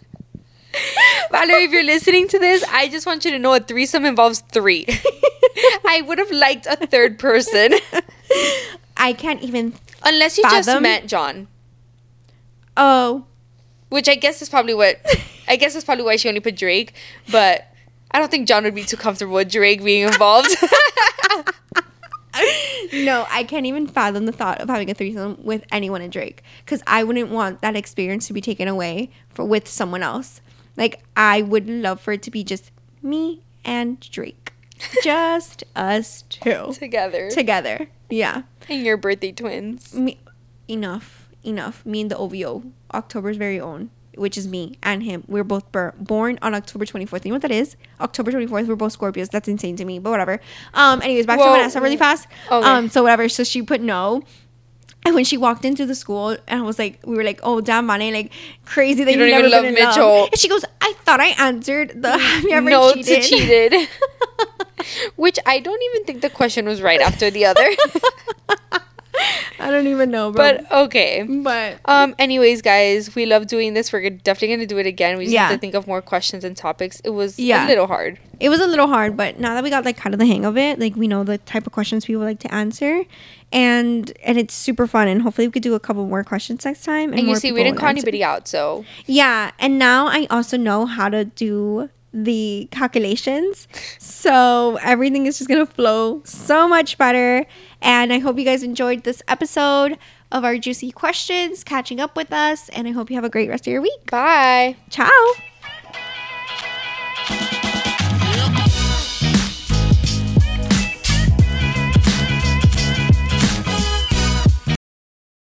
B: Valerie, if you're listening to this, I just want you to know a threesome involves three. I would have liked a third person,
A: i can't even
B: unless you just
A: Fathom?
B: met John,
A: oh
B: which I guess is probably what I guess is probably why she only put Drake. But I don't think John would be too comfortable with Drake being involved.
A: no i can't even fathom the thought of having a threesome with anyone in drake because i wouldn't want that experience to be taken away for with someone else like i would love for it to be just me and drake just us two
B: together.
A: together. Yeah.
B: And your birthday twins.
A: Me- enough. enough. Me and the OVO, October's very own, which is me and him. We're both bur- born on October 24th. You know what that is? October 24th. We're both Scorpios. That's insane to me, but whatever. Um, anyways, back
C: Whoa.
A: to Vanessa really fast.
C: Okay.
A: Um, so whatever. So she put no. And when she walked into the school, and I was like, we were like, oh damn, Vane, like crazy that you
B: You don't
A: never
B: even
A: been
B: love
A: in love
B: Mitchell.
A: And she goes, I thought I answered the have you ever
B: no
A: cheated?
B: to cheated. Which I don't even think the question was right after the other.
A: I don't even know, bro.
B: but okay.
A: but
B: Um. Anyways, guys, we love doing this. We're definitely gonna do it again. We just
A: Yeah.
B: have to think of more questions and topics. It was
A: Yeah.
B: a little hard.
A: it was a little hard, but now that we got like kind of the hang of it, like we know the type of questions people like to answer, and and it's super fun, and hopefully we could do a couple more questions next time.
B: And you
A: more
B: see, we
A: people
B: didn't
A: would
B: call
A: answer.
B: anybody out, so
A: Yeah, and now I also know how to do the calculations, so everything is just gonna flow so much better. And I hope you guys enjoyed this episode of our juicy questions, catching up with us, and I hope you have a great rest of your week.
B: bye.
A: Ciao.